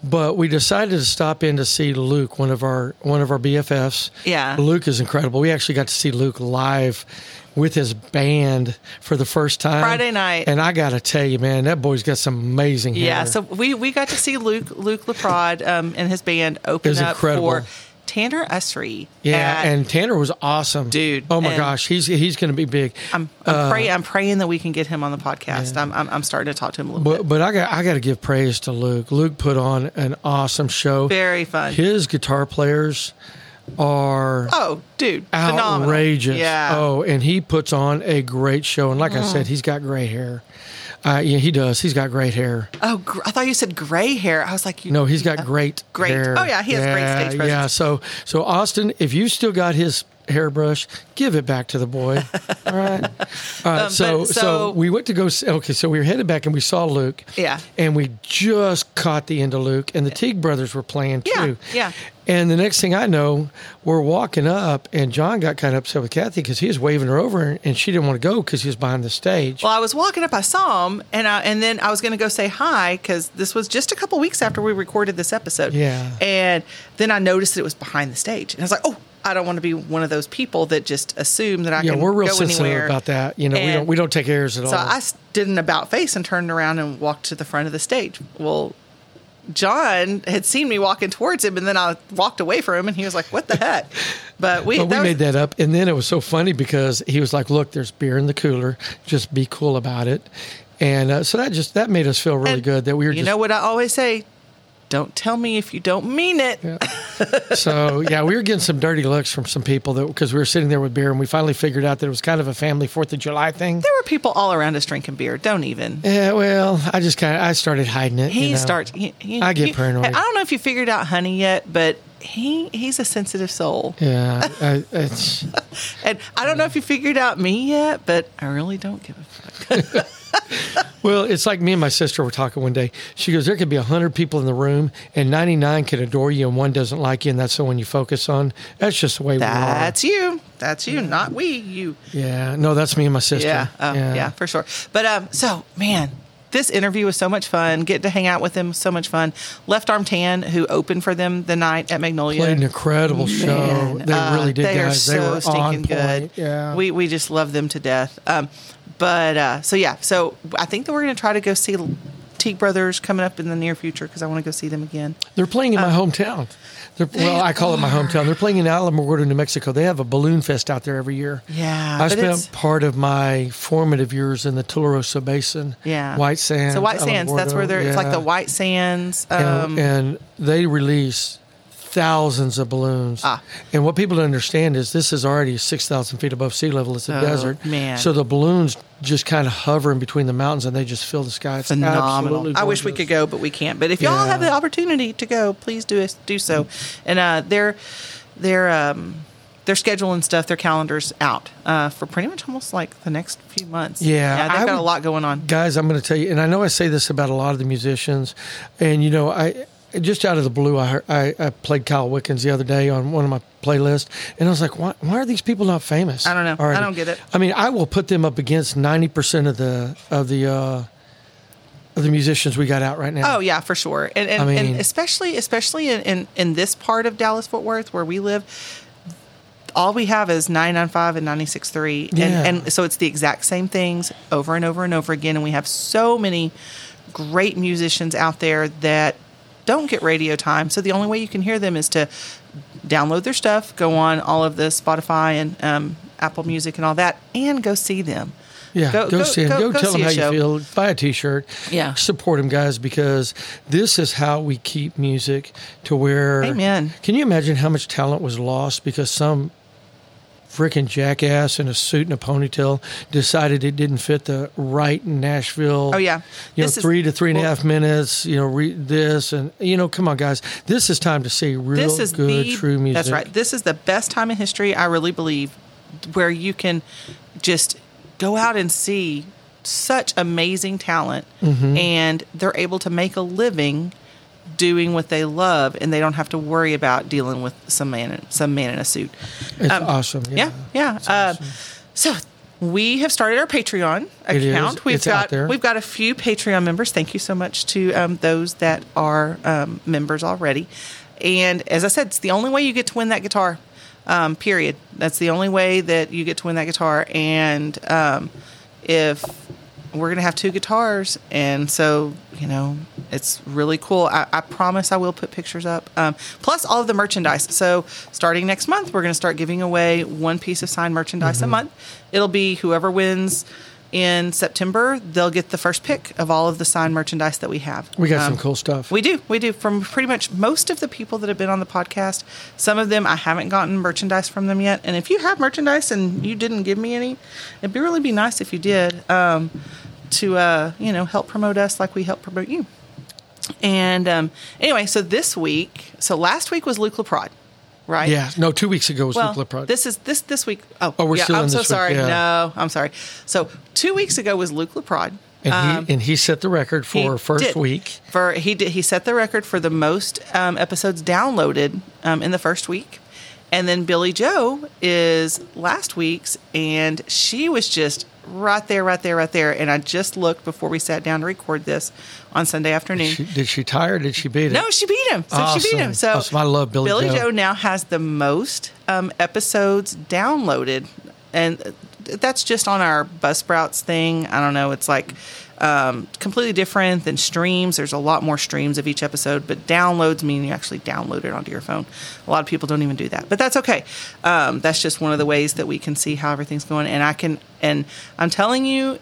S2: But we decided to stop in to see Luke, one of our one of our BFFs.
S1: Yeah.
S2: Luke is incredible. We actually got to see Luke live with his band for the first time
S1: Friday night.
S2: And I got to tell you, man, that boy's got some amazing
S1: Yeah,
S2: hair.
S1: so we we got to see Luke Luke Laprade um, and his band open
S2: was
S1: up
S2: incredible.
S1: for Tanner Usry.
S2: Yeah,
S1: at-
S2: and Tanner was awesome,
S1: Dude,
S2: Oh my
S1: and-
S2: gosh, he's he's going to be big.
S1: I'm, I'm,
S2: uh,
S1: pray, I'm praying that we can get him on the podcast. I'm, I'm I'm starting to talk to him a little bit.
S2: But but I got I got to give praise to Luke. Luke put on an awesome show.
S1: Very fun.
S2: His guitar players are
S1: Oh, dude, phenomenal.
S2: outrageous.
S1: Yeah. Mm-hmm.
S2: Oh, and he puts on a great show. And like I said, he's got gray hair. Uh, yeah, he does. He's got great hair.
S1: Oh, gr- I thought you said gray hair. I was like, you
S2: No, he's got great,
S1: Uh, Great.
S2: hair.
S1: Oh, yeah, he has great stage presence.
S2: Yeah, so so Austin, if you still got his hairbrush, give it back to the boy. All right. All right.
S1: Um,
S2: so,
S1: but-
S2: so
S1: so-
S2: we went to go. See, okay, so we were headed back and we saw Luke.
S1: Yeah.
S2: And we just caught the end of Luke, and the Teague brothers were playing
S1: Yeah,
S2: too.
S1: yeah.
S2: And the next thing I know, we're walking up, and John got kind of upset with Kathy because he was waving her over, and she didn't want to go because he was behind the stage.
S1: Well, I was walking up, I saw him, and I and then I was going to go say hi because this was just a couple weeks after we recorded this episode.
S2: Yeah.
S1: and then I noticed that it was behind the stage, and I was like, oh. I don't want to be one of those people that just assume that I
S2: yeah,
S1: can
S2: we're real
S1: go
S2: sensitive
S1: anywhere.
S2: about that. You know, we
S1: And-
S2: don't we don't take airs at
S1: So
S2: all.
S1: I s- did an about face and turned around and walked to the front of the stage. Well, John had seen me walking towards him, and then I walked away from him, and he was like, "What the heck?" But we,
S2: But
S1: that
S2: we
S1: was-
S2: made that up, and then it was so funny because he was like, "Look, there's beer in the cooler. Just be cool about it." And uh, so that just that made us feel really
S1: and
S2: good that we were
S1: You
S2: just
S1: know what I always say: Don't tell me if you don't mean it.
S2: so yeah we were getting some dirty looks from some people that because we were sitting there with beer and we finally figured out that it was kind of a family Fourth of July thing.
S1: There were people all around us drinking beer. Don't even.
S2: Yeah, well, I just kind of I started hiding it.
S1: He
S2: you know.
S1: starts. He, he-
S2: I get
S1: he-
S2: paranoid.
S1: I don't know if you figured out honey yet, but he he's a sensitive soul,
S2: Yeah, I, it's,
S1: and I don't know if you figured out me yet, but I really don't give a fuck.
S2: well, it's like me and my sister were talking one day. She goes, "There could be hundred people in the room, and ninety nine can adore you, and one doesn't like you, and that's the one you focus on. That's just the way we are."
S1: That's you. That's you, not we. You.
S2: Yeah, no, that's me and my sister.
S1: Yeah, um, yeah, for sure. But um, so man, this interview was so much fun. Getting to hang out with them, was so much fun. Left Arm Tan, who opened for them the night at Magnolia,
S2: Played an incredible show.
S1: Man,
S2: They
S1: uh,
S2: really did,
S1: they
S2: guys.
S1: Are
S2: they
S1: so
S2: were
S1: stinking
S2: on point.
S1: good.
S2: Yeah,
S1: we we just love them to death. Um, but uh, so yeah, so I think that we're gonna try to go see T Cheek Brothers coming up in the near future because I want to go see them again.
S2: They're playing in my
S1: uh,
S2: hometown. They're, well, I call it my hometown. They're playing in Alamogordo, New Mexico. They have a balloon fest out there every year.
S1: Yeah,
S2: I
S1: but it's-
S2: spent part of my formative years in the Tularosa Basin.
S1: Yeah,
S2: White Sands.
S1: So White Sands. That's where
S2: Alamogordo,
S1: they're. It's like
S2: yeah.
S1: the White Sands.
S2: and,
S1: Um,
S2: and they release thousands of balloons.
S1: Ah.
S2: And what people don't understand is this is already 6,000 feet above sea level. It's a
S1: Oh,
S2: desert.
S1: man.
S2: So the balloons just kind of hover in between the mountains and they just fill the sky. It's absolutely
S1: phenomenal. I wish we
S2: gorgeous.
S1: could go, but we can't. But if y'all
S2: Yeah.
S1: have the opportunity to go, please do us do so. And uh, their their um, their schedule and stuff, their calendars out uh, for pretty much almost like the next few months.
S2: Yeah,
S1: they've
S2: I
S1: got a
S2: would-
S1: lot going on.
S2: Guys, I'm going to tell you, and I know I say this about a lot of the musicians, and you know, I just out of the blue, I, heard, I, I played Kyle Wickens the other day on one of my playlists, and I was like, why, why are these people not famous?
S1: I don't know. I don't get it.
S2: I mean, I will put them up against 90% of the, of the, uh, of the musicians we got out right now.
S1: Oh yeah, for sure. And and,
S2: I mean-
S1: and especially especially in, in in this part of Dallas Fort Worth where we live, all we have is 995 and 963
S2: Yeah.
S1: and and so it's the exact same things over and over and over again and we have so many great musicians out there that don't get radio time. So the only way you can hear them is to download their stuff, go on all of the Spotify and um, Apple Music and all that and go see them.
S2: Yeah, go, see him. Go, tell
S1: see
S2: him
S1: a
S2: how you
S1: show.
S2: feel. Buy a T-shirt.
S1: Yeah.
S2: support him, guys, because this is how we keep music to where.
S1: Amen.
S2: Can you imagine how much talent was lost because some freaking jackass in a suit and a ponytail decided it didn't fit the right Nashville?
S1: Oh, yeah.
S2: you
S1: This
S2: know,
S1: is-
S2: three to three and a
S1: well-
S2: half minutes. You know, re- this and you know, come on, guys, this is time to see real
S1: this is
S2: good,
S1: the,
S2: true music.
S1: That's right. This is the best time in history, I really believe, where you can just go out and see such amazing talent
S2: Mm-hmm.
S1: and they're able to make a living doing what they love and they don't have to worry about dealing with some man in, some man in a suit.
S2: It's awesome.
S1: Um, Yeah, yeah.
S2: It's
S1: Uh,
S2: awesome.
S1: so we have started our Patreon
S2: It is.
S1: account. We've
S2: It's out
S1: got
S2: there.
S1: we've got a few Patreon members. Thank you so much to um, those that are um, members already. And as I said, it's the only way you get to win that guitar. Um, period. That's the only way that you get to win that guitar. And um, if we're gonna have two guitars, and so you know, it's really cool. I, I promise I will put pictures up. Um, plus all of the merchandise. So starting next month, we're gonna start giving away one piece of signed merchandise a month. It'll be whoever wins in September, they'll get the first pick of all of the signed merchandise that we have.
S2: We got
S1: Um,
S2: some cool stuff.
S1: we do. We do. From pretty much most of the people that have been on the podcast, some of them I haven't gotten merchandise from them yet. And if you have merchandise and you didn't give me any, it'd be really be nice if you did um, to uh, you know help promote us like we help promote you. And um, anyway, so this week, so last week was Luke Laprade, right?
S2: yeah, no, two weeks ago was
S1: well,
S2: Luke Leprod.
S1: This is this this week. Oh,
S2: Oh, we're
S1: yeah,
S2: still
S1: I'm
S2: in
S1: so
S2: this week,
S1: sorry.
S2: yeah.
S1: No, I'm sorry. So two weeks ago was Luke Laprade.
S2: And,
S1: Um,
S2: he, and he set the record for
S1: he
S2: first
S1: did.
S2: week.
S1: For he did he set the record for the most um, episodes downloaded um, in the first week, and then Billy Joe is last week's, and she was just right there, right there, right there. And I just looked before we sat down to record this on Sunday afternoon.
S2: She, did she tire? Did she beat it?
S1: No, she beat him. So she beat
S2: Awesome.
S1: him. So
S2: Awesome. I love Billy
S1: Billy
S2: Joe.
S1: Joe now has the most um, episodes downloaded, and uh, that's just on our Buzzsprouts thing. I don't know. It's like um, completely different than streams. There's a lot more streams of each episode, but downloads mean you actually download it onto your phone. A lot of people don't even do that, but that's okay. Um, that's just one of the ways that we can see how everything's going. And I can, and I'm telling you,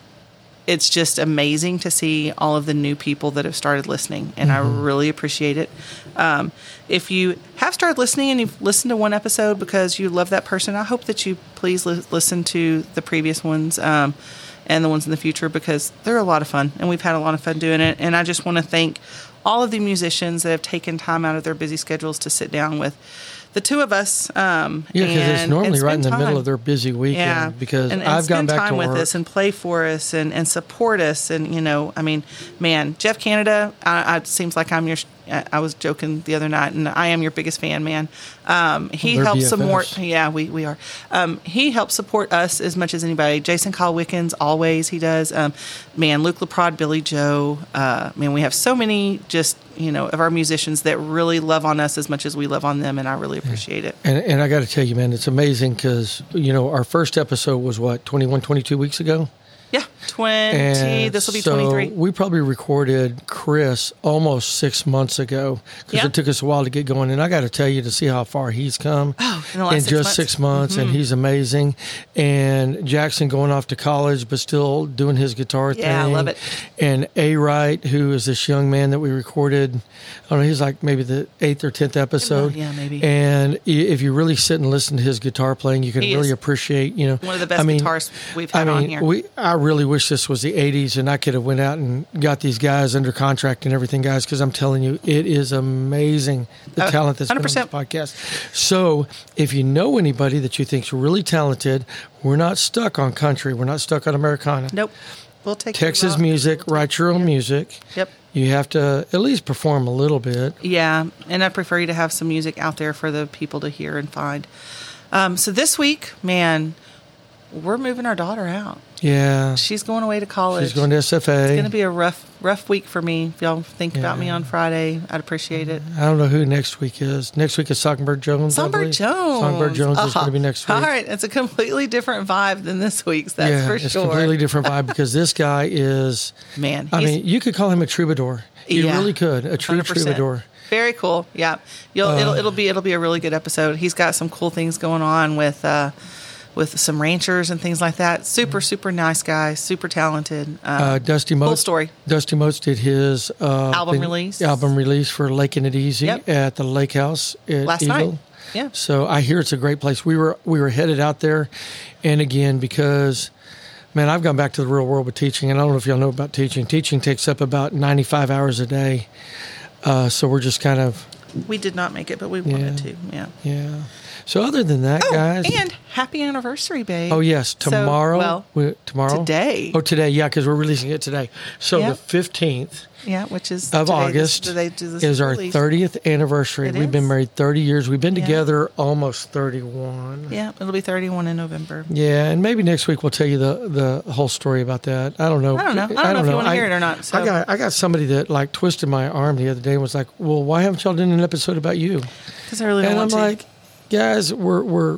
S1: it's just amazing to see all of the new people that have started listening, and
S2: Mm-hmm.
S1: I really appreciate it. Um, if you have started listening and you've listened to one episode because you love that person, I hope that you please li- listen to the previous ones um, and the ones in the future because they're a lot of fun, and we've had a lot of fun doing it. And I just want to thank all of the musicians that have taken time out of their busy schedules to sit down with the two of us. Um,
S2: Yeah, because it's
S1: and-
S2: normally
S1: and
S2: right in the
S1: spend
S2: middle
S1: time.
S2: of their busy weekend. Because
S1: And- and
S2: I've gone
S1: spend
S2: back
S1: time
S2: to
S1: with
S2: work.
S1: us and play for us and, and support us and you know I mean man Jeff Canada I, I it seems like I'm your I I was joking the other night and I am your biggest fan man um, he
S2: They're
S1: helps some more
S2: BFFs.
S1: yeah we we are um, he helps support us as much as anybody Jason Kyle Wickens always he does um, man Luke Laprade Billy Joe uh, man we have so many just you know of our musicians that really love on us as much as we love on them and I really appreciate it
S2: and, and I got to tell you, man, it's amazing because, you know, our first episode was what, 21, 22 weeks ago?
S1: yeah 20
S2: And
S1: this will be
S2: so
S1: 23
S2: We probably recorded Chris almost six months ago because
S1: Yeah.
S2: it took us a while to get going. And I got to tell you to see how far he's come
S1: Oh, in the last six
S2: just
S1: months? Mm-hmm.
S2: six months, and he's amazing. And Jackson going off to college, but still doing his guitar thing.
S1: Yeah, I love it.
S2: And A Wright, who is this young man that we recorded, I don't know, he's like maybe the eighth or tenth episode.
S1: yeah, maybe.
S2: And i- if you really sit and listen to his guitar playing, you can
S1: He
S2: really
S1: is
S2: appreciate, you know,
S1: One of the best
S2: I mean,
S1: guitarists we've had
S2: I
S1: on
S2: mean,
S1: here.
S2: we I really wish this was the '80s, and I could have went out and got these guys under contract and everything, guys, because I'm telling you, it is amazing the
S1: Oh,
S2: talent that's been on this
S1: 100%.
S2: podcast. So, if you know anybody that you think's really talented, we're not stuck on country, we're not stuck on Americana.
S1: nope. We'll take your
S2: Texas
S1: rock.
S2: music, write your own music.
S1: Yep.
S2: You have to at least perform a little bit.
S1: Yeah, and I prefer you to have some music out there for the people to hear and find. Um, so this week, man, we're moving our daughter out.
S2: Yeah.
S1: She's going away to college.
S2: She's going to SFA.
S1: It's going to be a rough, rough week for me. If y'all think about me on Friday, I'd appreciate it.
S2: I don't know who next week is. Next week is Songbird Jones. I
S1: Songbird
S2: believe.
S1: Jones.
S2: Songbird Jones is
S1: Ah,
S2: going to be next week.
S1: All right, it's a completely different vibe than this week's. That's
S2: yeah,
S1: for
S2: it's
S1: sure.
S2: completely different vibe because this guy is.
S1: Man,
S2: I
S1: he's-
S2: mean, you could call him a troubadour. You
S1: Yeah.
S2: really could, a true
S1: 100%.
S2: troubadour.
S1: Very cool. Yeah, you'll it'll
S2: Uh,
S1: it'll be it'll be a really good episode. He's got some cool things going on with uh, with some ranchers and things like that. Super super nice guy. Super talented. Um,
S2: Uh, Dusty Motes.
S1: story.
S2: Dusty Motes did his uh,
S1: Album release.
S2: Album release for Lakin It Easy
S1: Yep.
S2: at the Lake House at
S1: Last
S2: Eagle.
S1: night. Yeah.
S2: So I hear it's a great place. We were we were headed out there, and again because, man, I've gone back to the real world with teaching, and I don't know if y'all know about teaching. Teaching takes up about ninety five hours a day, uh, so we're just kind of
S1: we did not make it, but we wanted
S2: Yeah.
S1: to. Yeah.
S2: yeah. So other than that,
S1: Oh,
S2: guys,
S1: and happy anniversary, babe.
S2: Oh yes,
S1: So,
S2: tomorrow.
S1: well,
S2: we- tomorrow.
S1: today.
S2: Oh, today. Yeah, because we're releasing it today. So
S1: Yeah.
S2: the fifteenth
S1: yeah, which is
S2: of
S1: today,
S2: August
S1: This, today, this
S2: is our
S1: release.
S2: thirtieth anniversary.
S1: It
S2: We've been
S1: is.
S2: married thirty years. We've been
S1: Yeah.
S2: together almost thirty-one.
S1: Yeah, it'll be thirty-one in November.
S2: Yeah, and maybe next week we'll tell you the, the whole story about that. I don't know.
S1: I don't know. I don't know if you wanna hear it or not, so-
S2: I got I got somebody that like twisted my arm the other day and was like, "Well, why haven't y'all done an episode about you?"
S1: Because I really don't
S2: and I'm
S1: want to.
S2: like, "Guys, we're we're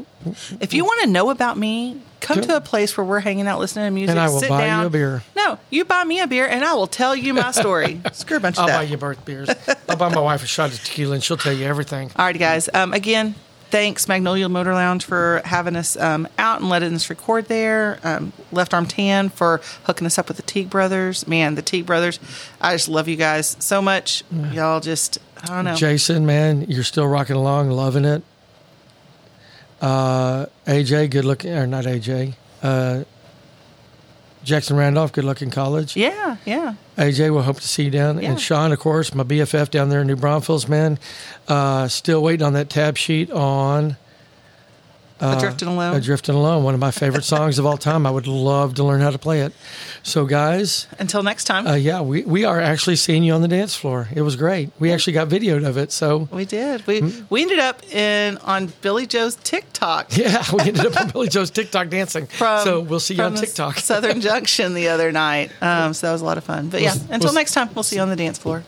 S1: If you want to know about me, come
S2: Come-
S1: to a place where we're hanging out listening to music.
S2: And I will
S1: sit
S2: buy you
S1: down.
S2: a beer.
S1: No, you buy me a beer and I will tell you my story. Screw a bunch of
S2: I'll
S1: that.
S2: buy you birth beers. I'll buy my wife a shot of tequila and she'll tell you everything."
S1: All right, guys. Um, again, thanks Magnolia Motor Lounge for having us um, out and letting us record there. Um, Left Arm Tan for hooking us up with the Teague Brothers. Man, the Teague Brothers, I just love you guys so much. Y'all just, I don't know.
S2: Jason, man, you're still rocking along, loving it. Uh, AJ, good looking, or not AJ. Uh, Jackson Randolph, good looking college.
S1: yeah, yeah.
S2: AJ, we'll hope to see you down.
S1: Yeah.
S2: And Sean, of course, my BFF down there in New Braunfels, man. Uh, still waiting on that tab sheet on Uh,
S1: Adrift and Alone.
S2: Adrift and Alone, one of my favorite songs of all time. I would love to learn how to play it. So, guys,
S1: Until next time.
S2: uh, yeah, we, we are actually seeing you on the dance floor. It was great. We actually got videoed of it. So,
S1: we did. We
S2: Hmm?
S1: we ended up in on Billy Joe's TikTok.
S2: Yeah, we ended up on Billy Joe's TikTok dancing.
S1: from
S2: so we'll see you
S1: from
S2: on
S1: the
S2: TikTok.
S1: Southern Junction the other night. Um, so that was a lot of fun. But yeah,
S2: We'll s-
S1: until
S2: we'll s-
S1: next time, we'll see you on the dance floor.